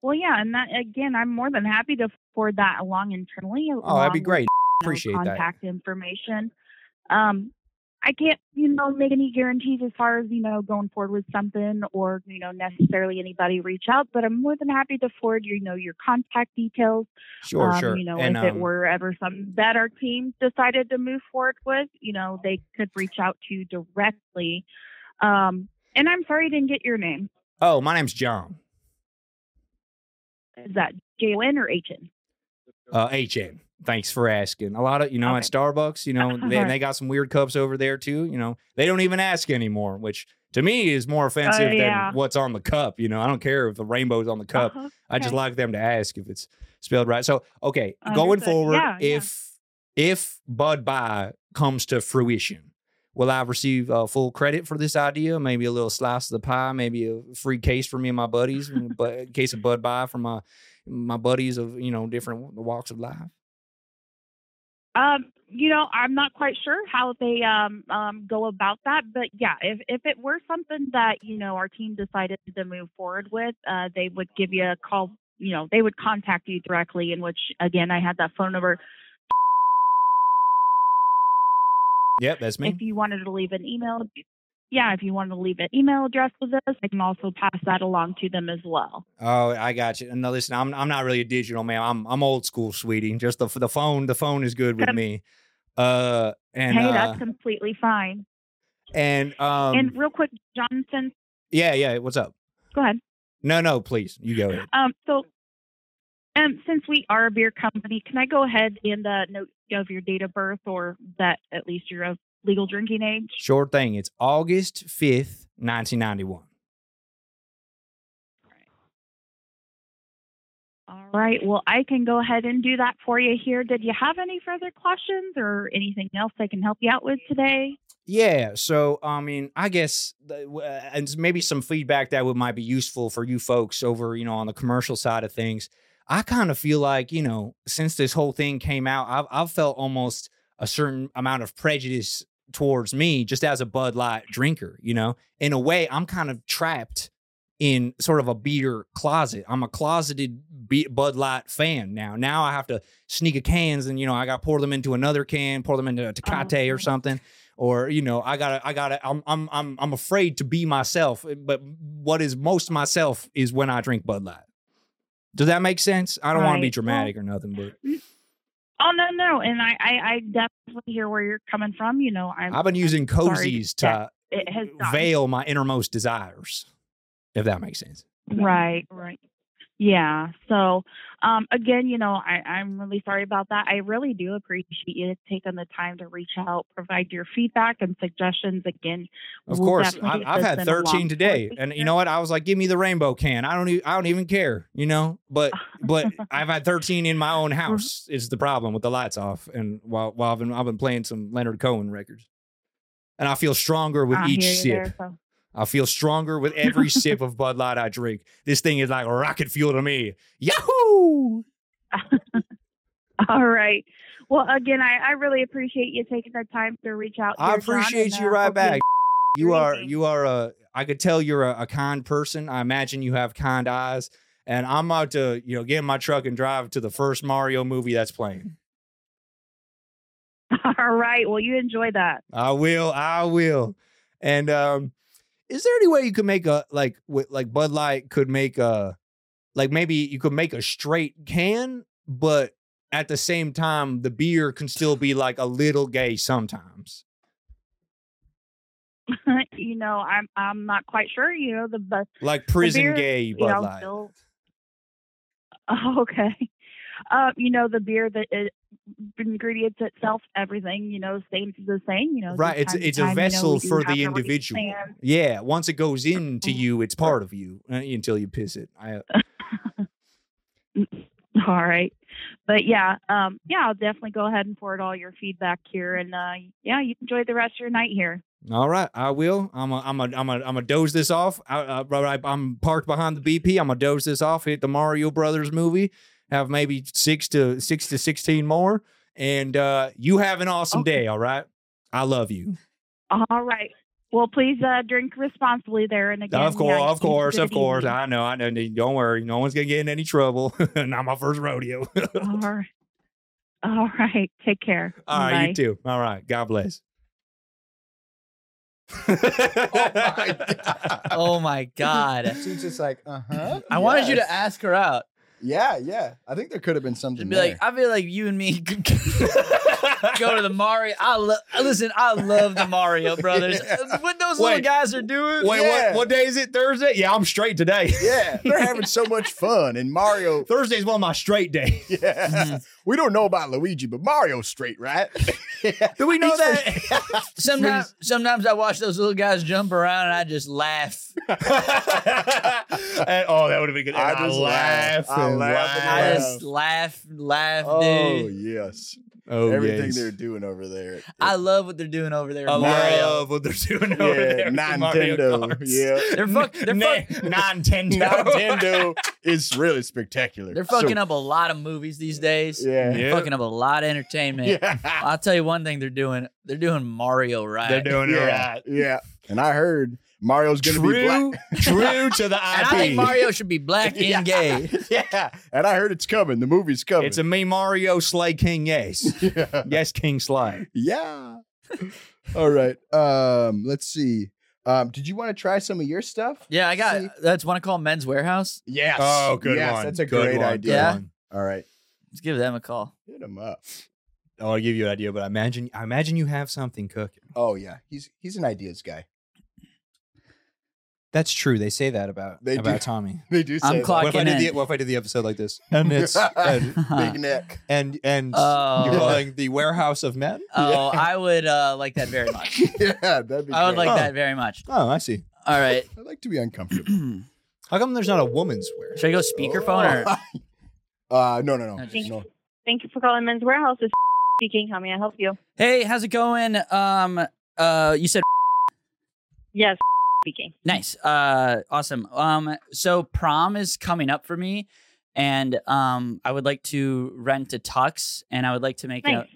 Well, yeah, and that again, I'm more than happy to forward that along internally.
Oh, that'd be
along with,
great.
you know,
Appreciate that.
contact information. Um, I can't, you know, make any guarantees as far as you know going forward with something or you know necessarily anybody reach out, but I'm more than happy to forward you know your contact details.
Sure,
um,
sure.
You know,
and
if it
um,
were ever something that our team decided to move forward with, you know, they could reach out to you directly. Um, and I'm sorry I didn't get your name.
oh, my name's John.
Is that Jalen or Aitken?
Uh, HN. Thanks for asking. A lot of, you know, at
Okay.
Starbucks, you know, they,
Alright.
they got some weird cups over there too. You know, they don't even ask anymore, which to me is more offensive
Oh, yeah.
than what's on the cup. You know, I don't care if the rainbow's on the cup.
Uh-huh.
I just
Okay.
like them to ask if it's spelled right. So okay, going
Understood.
forward,
Yeah, yeah.
if if Bud Buy comes to fruition, will I receive uh, full credit for this idea? Maybe a little slice of the pie, maybe a free case for me and my buddies, and bu- a case of Bud Buy for my my buddies of you know different walks of life.
Um, you know, I'm not quite sure how they um, um, go about that, but yeah, if if it were something that you know our team decided to move forward with, uh, they would give you a call. You know, they would contact you directly. In which, again, I had that phone number.
Yep, that's me.
If you wanted to leave an email, yeah, if you wanted to leave an email address with us, I can also pass that along to them as well.
Oh, I got you. No, listen, I'm I'm not really a digital man. I'm I'm old school, sweetie. Just the the phone. The phone is good with
Um,
me. Uh, and
hey,
uh,
that's completely fine.
and um,
and real quick, Jonathan,
yeah, yeah. What's up?
go ahead.
No, no, please. You go ahead.
Um, so, um, since we are a beer company, can I go ahead and uh, note of your date of birth or that at least you're of legal drinking age?
Sure thing. It's August 5th, 1991.
All right. Well, I can go ahead and do that for you here. Did you have any further questions or anything else I can help you out with today?
Yeah. So, I mean, I guess, the- w- uh, and maybe some feedback that would might be useful for you folks over, you know, on the commercial side of things. I kind of feel like, you know, since this whole thing came out, I've, I've felt almost a certain amount of prejudice towards me just as a Bud Light drinker, you know? In a way, I'm kind of trapped in sort of a beater closet. I'm a closeted Be- Bud Light fan now. Now I have to sneak a cans and you know I got to pour them into another can, pour them into a Tecate or something, or you know I gotta I gotta I'm I'm I'm I'm afraid to be myself. eh, But what is most myself is when I drink Bud Light. Does that make sense? I don't want to be
Right.
dramatic or nothing, but
Oh no, no, and I, I, I definitely hear where you're coming from. You know, I'm,
I've been using
sorry
cozies to
that it has gotten-
veil my innermost desires, if that makes sense.
Right, right. Yeah. So, um, again, you know, I, I'm really sorry about that. I really do appreciate you taking the time to reach out, provide your feedback and suggestions. Again,
Of
we'll
course, I,
definitely get
I've
this
had
in a long
13 today,
form.
and you know what? I was like, "Give me the rainbow can." I don't, e- I don't even care, you know. But, but I've had 13 in my own
Uh-huh.
house. Is the problem with the lights off, and while while I've been I've been playing some Leonard Cohen records, and I feel stronger with
I
each
hear you
sip.
there, so-
I feel stronger with every sip of Bud Light I drink. This thing is like rocket fuel to me. Yahoo!
All right. Well, again, I, I really appreciate you taking the time to reach out.
I
here, John,
appreciate
and,
you
uh,
right
hope
back. You are you are a I could tell you're a, a kind person. I imagine you have kind eyes. And I'm out to, you know, get in my truck and drive to the first Mario movie that's playing.
All right. Well, you enjoy that.
I will, I will. And um is there any way you could make a like with like Bud Light could make a like maybe you could make a straight can, but at the same time the beer can still be like a little gay sometimes.
you know, I'm I'm not quite sure. You know, the best
Like prison gay Bud Light.
okay. Uh, you know, the beer that it, ingredients itself, everything you know, same the same. You know,
right
just
it's
time to
it's a
time, you know,
vessel
we do
for
have
the
to reach
individual
plans.
yeah once it goes into you it's part of you uh, until you piss it I,
All right, but yeah, um, yeah, I'll definitely go ahead and forward all your feedback here, and uh, yeah, you enjoy the rest of your night here.
all right i will i'm a i'm a i'm a i'm a doze this off I, uh, right, i'm parked behind the bp i'm gonna doze this off hit the mario brothers movie have maybe six to six to 16 more and uh you have an awesome day all right i love you
All right. Well, please uh, drink responsibly there, and again,
of course of
yeah, you have a
course
good
of course
evening.
i know i know don't worry no one's gonna get in any trouble not my first rodeo
All right. All right. Take care.
All right,
Bye.
you too. All right, God bless.
Oh my god.
She's just like, uh huh.
I wanted you to ask her out.
Yeah, yeah. I think there could have been something.
And be like,
there.
I feel like you and me could go to the Mario. I love. Listen, I love the Mario Brothers.
Yeah.
What those
Wait.
little guys are doing.
Wait,
Yeah.
what, what day is it? Thursday? Yeah, I'm straight today.
"Ah,
yeah, they're having so much fun, and Mario.
Thursday's one of my straight days.
Yeah,
Mm-hmm.
we don't know about Luigi, but Mario's straight, right?
Do we know that?
Sometimes, sometimes I watch those little guys jump around and I just laugh.
And- oh, that would have been good. And
I
I,
just
laugh.
laugh. I
and
laugh and
I
laugh.
just laugh, laugh,
oh
dude.
yes,
Oh,
everything
yes.
they're doing over there.
I love what they're doing over there.
I
in Mario.
love what they're doing
yeah,
over there. with the Mario
Nintendo.
Karts.
Yeah,
They're fuck. They're,
Na-
fuck,
Nintendo.
Nintendo is really spectacular.
they're fucking
So-
up a lot of movies these days.
Yeah.
They're
Yeah.
fucking up a lot of entertainment.
Yeah.
I'll tell you one thing they're doing. They're doing Mario right.
They're doing it
yeah,
right.
yeah. And I heard Mario's gonna be
True,
black.
true to the IP.
And I think Mario should be black
Yeah.
and gay.
yeah, and I heard it's coming. The movie's coming.
It's a me Mario Slay King yes.
yeah.
yes, King Slay.
yeah. All right. Um, let's see. Um, did you want to try some of your stuff?
Yeah, I got
See?
that's one I call Men's Warehouse.
Yes.
Oh, good
yes,
one.
That's a
Good
great
one.
idea.
Yeah.
one.
All right.
Let's give them a call.
Hit him up.
I want to Oh, give you an idea, but I imagine I imagine you have something cooking.
Oh yeah. He's he's an ideas guy.
That's true. They say that about
They do-
about Tommy.
they do say I'm that.
What if, I
clocking
did the,
in.
what if I did the episode like this? And it's
Big
and
neck.
and, and
Oh.
you're calling the warehouse of men.
Oh, I would uh, like that very much.
yeah, that'd be
I would
great.
like
Oh.
that very much.
Oh, I see.
All right.
I'd like to be uncomfortable.
How come there's not a woman's wear?
Should I go speakerphone
Oh.
or?
Uh, no, no, no.
No,
just-
no.
Thank you for calling Men's Warehouse. This is speaking. How may I help you?
Hey, how's it going? Um, uh, you said
Yes, speaking.
nice. Uh, awesome. Um, so prom is coming up for me, and um, I would like to rent a tux, and I would like to make
Nice.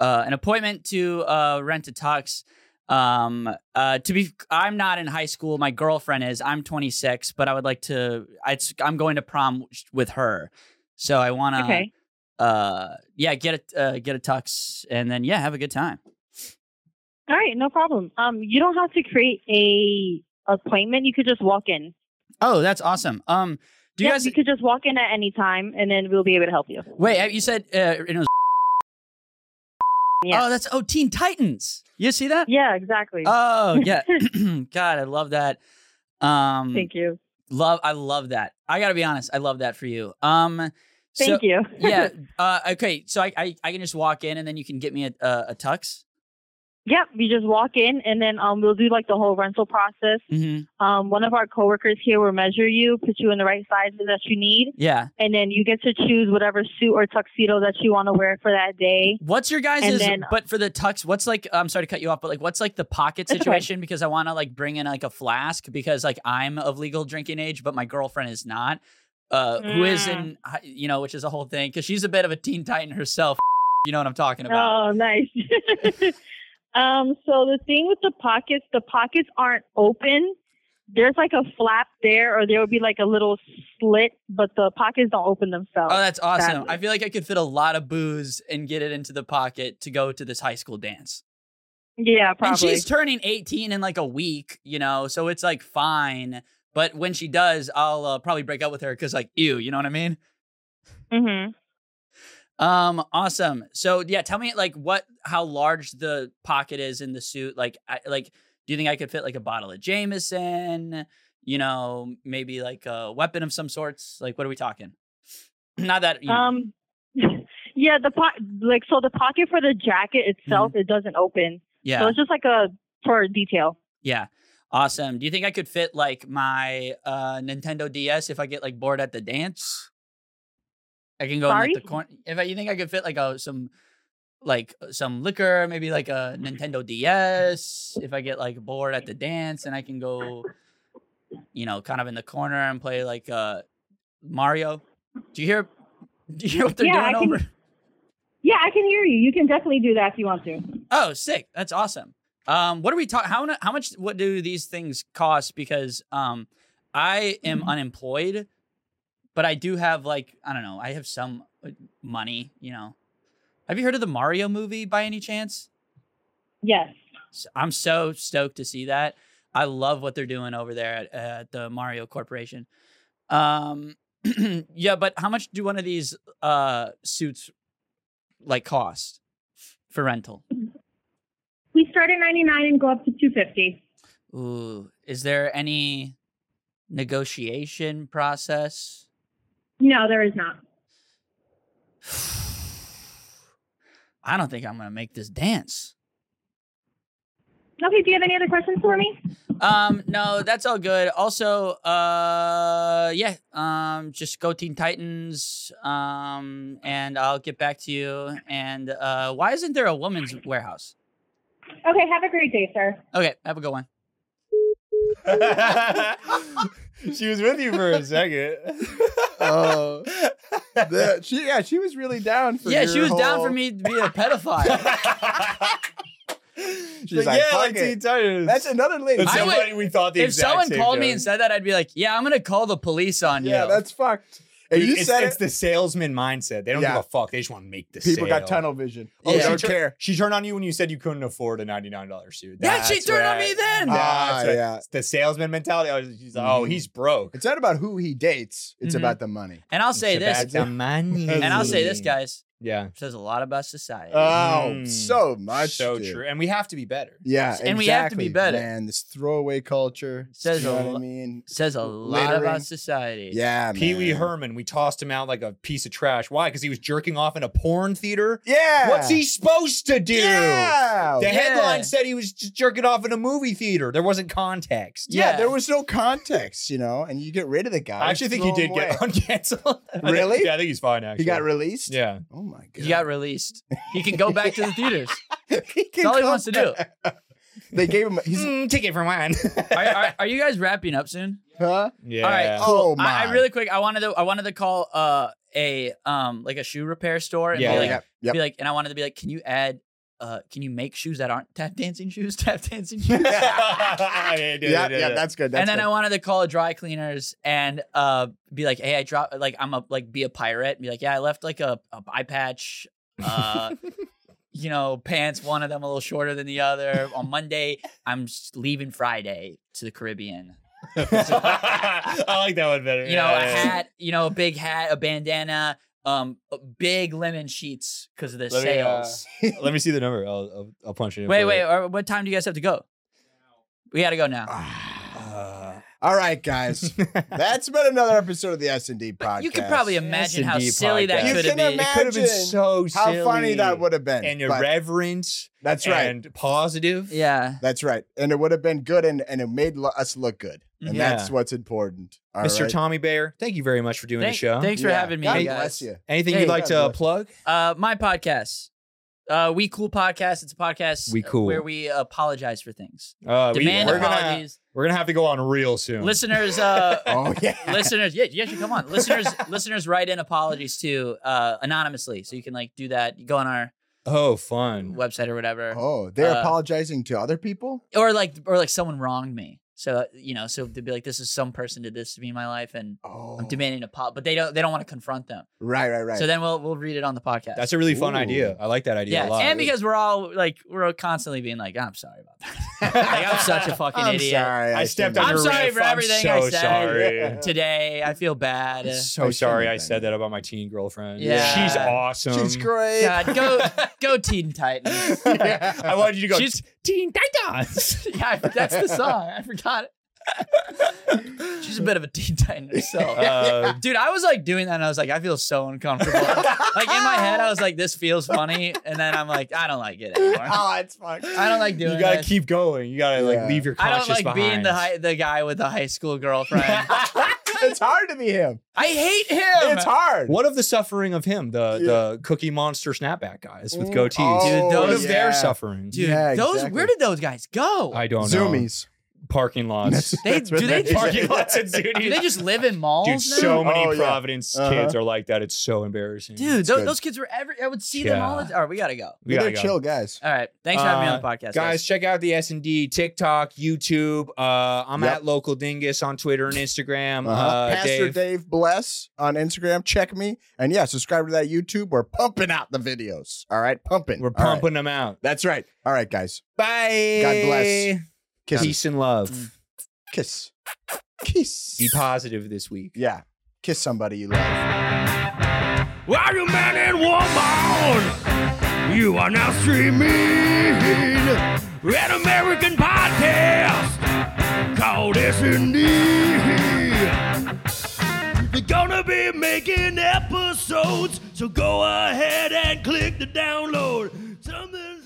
a, uh, an appointment to uh rent a tux. Um, uh, to be, I'm not in high school. My girlfriend is. I'm 26, but I would like to. I, I'm going to prom with her, so I want to.
okay.
Uh, yeah, get a uh, get a tux, and then yeah, have a good time.
All right, no problem. Um, you don't have to create a appointment. You could just walk in.
Oh, that's awesome. Um, do you
Yeah,
guys
You could just walk in at any time, and then we'll be able to help you.
wait? uh, You said uh, it was.
Yeah.
Oh, that's oh Teen Titans. You see that?
Yeah, exactly.
Oh yeah. God, I love that. Um,
Thank you.
love I love that. I gotta be honest, I love that for you. Um, so-
Thank you.
yeah. Uh, okay. So I, I I can just walk in and then you can get me a a, a tux.
Yep, you just walk in, and then um, we'll do like the whole rental process.
Mm-hmm.
Um, one of our coworkers here will measure you, put you in the right sizes that you need,
Yeah.
and then you get to choose whatever suit or tuxedo that you want to wear for that day.
What's your guys'
And then-
but for the tux, what's like I'm sorry to cut you off, but like what's like the pocket
That's okay.
situation? Because I wanna like bring in like a flask because like I'm of legal drinking age, but my girlfriend is not. Uh who is
Mm.
in hi- you know, which is a whole thing, because she's a bit of a teen titan herself. You know what I'm talking about.
Oh, nice. um, so the thing with the pockets, the pockets aren't open. There's like a flap there, or there would be like a little slit, but the pockets don't open themselves.
Oh, that's awesome.
Fabulous.
I feel like I could fit a lot of booze and get it into the pocket to go to this high school dance.
yeah,
And
probably.
she's turning 18 in like a week, you know, so it's like fine. But when she does, I'll uh, probably break up with her because, like, ew, you know what I mean?
hmm
Um, awesome. So yeah, tell me like what how large the pocket is in the suit. Like, I, like, do you think I could fit like a bottle of Jameson? You know, maybe like a weapon of some sorts. Like, what are we talking? Not that you know.
Um, yeah, the po- like so the pocket for the jacket itself it doesn't open,
Hmm. yeah,
so it's just like a for detail.
yeah, awesome. Do you think I could fit like my uh Nintendo DS if I get like bored at the dance? I can go in like,
Sorry?
the corner. If I, you think I could fit like a some like uh, some liquor, maybe like a Nintendo DS. If I get like bored at the dance, and I can go, you know, kind of in the corner and play like uh Mario. Do you hear? Do you hear what they're
Yeah, I
doing
can-
over?
Yeah, I can hear you. You can definitely do that if you want to.
Oh, sick! That's awesome. Um, what are we talking? How nu- how much? What do these things cost? Because um, I am unemployed, but I do have like I don't know. I have some uh, money. You know, have you heard of the Mario movie by any chance?
Yes.
S- I'm so stoked to see that. I love what they're doing over there at, at the Mario Corporation. Um, yeah, but how much do one of these uh suits like cost for rental?
We start at 99 and go up to 250.
Ooh, is there any negotiation process?
No, there is not.
I don't think I'm gonna make this dance.
Okay, do you have any other questions for me?
Um, no, that's all good. Also, uh, yeah, um, just go Teen Titans, um, and I'll get back to you. And uh, why isn't there a woman's warehouse?
Okay, have a great day, sir.
Okay, have a good one.
she was with you for a second.
Oh, that, she yeah, she was really down for
Yeah, she
your
was down for
whole-
me to be a pedophile.
She's like,
yeah,
"Fuck
like
it."
Teen Titans.
That's another lady.
I would-
somebody we thought the
if
exact
someone
same
called me
joke.
and said that, I'd be like, "Yeah, I'm gonna call the police on
yeah,
you."
that's fucked. And
Dude,
you
it's,
said
it's
it.
the salesman mindset. They don't
Yeah.
give a fuck. They just want to make the
People
sale.
got tunnel vision.
Oh,
Oh,
Yeah.
yeah.
she,
don't
tur-
care.
she turned on you when you said you couldn't afford a ninety nine dollar suit.
Yeah, she
That's
turned on
right.
me then.
That's
Ah,
right.
yeah.
It's the salesman mentality. Oh, she's like, oh,
Mhm.
he's broke.
It's not about who he dates. It's
Mhm.
about the money.
and I'll say this,
about the
money.
and I'll say this, guys.
Yeah.
Says a lot about society.
Oh, so much.
Mm. So
dude.
true. And we have to be better.
Yeah,
And we have to be
exactly,
better.
Man, this throwaway culture
Says
you know
a
what I
lo-
mean,
Says a lot
Littering.
about society.
Yeah,
Pee Wee
man.
Herman, we tossed him out like a piece of trash. Why? Because he was jerking off in a porn theater.
Yeah.
What's he supposed to do?
Yeah.
The
Yeah.
headline said he was just jerking off in a movie theater. There wasn't context.
Yeah, there was no context, you know, and you get rid of the guy.
I actually think he did get uncanceled.
Really?
Yeah, I think he's fine. Actually,
He got released.
Yeah.
Oh my god.
He got released. He can go back to the theaters.
He
That's all he
come
wants to do.
back. They gave him. He's,
Mm,
ticket for one.
Are, are, are you guys wrapping up soon?
huh?
Yeah.
All right. Cool.
Oh
I,
my.
I really quick. I wanted to. I wanted to call uh a um like a shoe repair store and
Yeah,
be like,
Oh, yep, yep.
be like, and I wanted to be like, can you add. Uh, can you make shoes that aren't tap dancing shoes? Tap dancing shoes.
yeah, yeah,
Yeah, yeah, that's good. That's
and then
good.
I wanted to call dry cleaners and uh be like, hey, I dropped like I'm a like be a pirate. and Be like, yeah, I left like a, a eye patch, uh, you know, pants. One of them a little shorter than the other. On Monday, I'm s- leaving Friday to the Caribbean.
I like that one better.
You know, a hat. You know, a big hat, a bandana, um, a big lemon sheets because of the
Let me, uh,
sales.
Let me see the number. I'll, I'll, I'll punch it. in
wait,
for
wait.
you.
or What time do you guys have to go? We got to go now.
Uh,
All right, guys. That's been another episode of the S and D podcast.
You can probably imagine how
S&D
silly that
podcast.
You
could have
can
been.
it could have been
imagine
so
how
silly
funny that would have been.
and
but
irreverent.
That's right.
And positive.
Yeah.
that's right, and it would have been good, and, and it made lo- us look good, and
Yeah.
that's what's important. All
Mr.
right?
Tommy Bear, thank you very much for doing
Thank-
the show.
Thanks for
Yeah.
having me,
God
guys.
bless you.
Anything
Hey.
you'd like to
God
uh,
bless.
plug?
Uh, my podcast, uh, We Cool Podcast. It's a podcast
We
uh,
Cool.
where we apologize for things.
Uh, we,
Demand
are gonna
apologies,
we're gonna have to go on real soon.
listeners. Uh,
Oh yeah.
listeners, yeah, yeah, you come on, listeners. listeners, write in apologies too, uh, anonymously, so you can like do that. You go on our
Oh, fun.
website or whatever,
Oh, they're
Uh,
apologizing to other people.
or like, or like someone wronged me. So uh, you know, so to be like, this is some person did this to me in my life, and
Oh,
I'm demanding a pop, but they don't, they don't want to confront them.
right, right, right.
So then we'll we'll read it on the podcast.
That's a really fun
Ooh.
idea. I like that idea
yeah,
a lot.
and because we're all like we're constantly being like, I'm sorry about that. like I'm such a fucking
I'm
idiot.
sorry.
I stepped
shouldn't-
on
I'm
your
sorry
riff.
for everything
I'm so
I said.
sorry.
Today, I feel bad.
I'm
God,
so
I
sorry
shouldn't
I
have
said
done
that about my teen girlfriend.
Yeah.
She's awesome.
She's great.
Uh, go go Teen Titans.
I wanted you to go.
She's-
teen Titans.
yeah, that's the song. I forgot it. She's a bit of a Teen Titan herself.
Uh,
Dude, I was like doing that and I was like, I feel so uncomfortable. like in my head, I was like, this feels funny. And then I'm like, I don't like it anymore.
Oh, it's fine.
I don't like doing
you gotta
this.
keep going. You gotta like
Yeah.
leave your
I
conscience
don't like being
behind.
the high, the guy with the high school girlfriend.
it's hard to be him.
I hate him.
It's hard.
What of the suffering of him, the
Yeah.
the Cookie Monster snapback guys with
Mm.
goatees?
Oh,
what of
yeah.
their suffering?
Dude,
Yeah,
those
exactly.
where did those guys go?
I don't know.
Zoomies.
Parking lots.
they
That's what
do they
that is.
parking
Parking
lot?
lots at Zoomies.
Do they just live in malls
Dude,
now?
so many
Oh, yeah.
Providence
Uh-huh.
kids are like that. It's so embarrassing.
Dude, those,
good.
those kids were every. I would see them all.
Yeah.
the time. All right, we gotta go.
we
They're
gotta go.
chill guys.
All right, thanks for having me on the
Uh,
podcast,
Guys, check out the S and D TikTok, YouTube. Uh, I'm
Yep.
at local dingus on Twitter and Instagram. uh
Uh-huh. Pastor Dave.
Dave,
Bless on Instagram. Check me. And yeah, subscribe to that YouTube. We're pumping out the videos. All right. Pumping.
we're
All right.
pumping them out.
That's right. All right, guys.
Bye.
God bless. Mm. Kiss.
Peace and love.
Kiss. Kiss.
Be positive this week.
Yeah. Kiss somebody you love.
While you man and woman, you are now streaming an American podcast called S&D. They're gonna be making episodes, so go ahead and click the download. Something.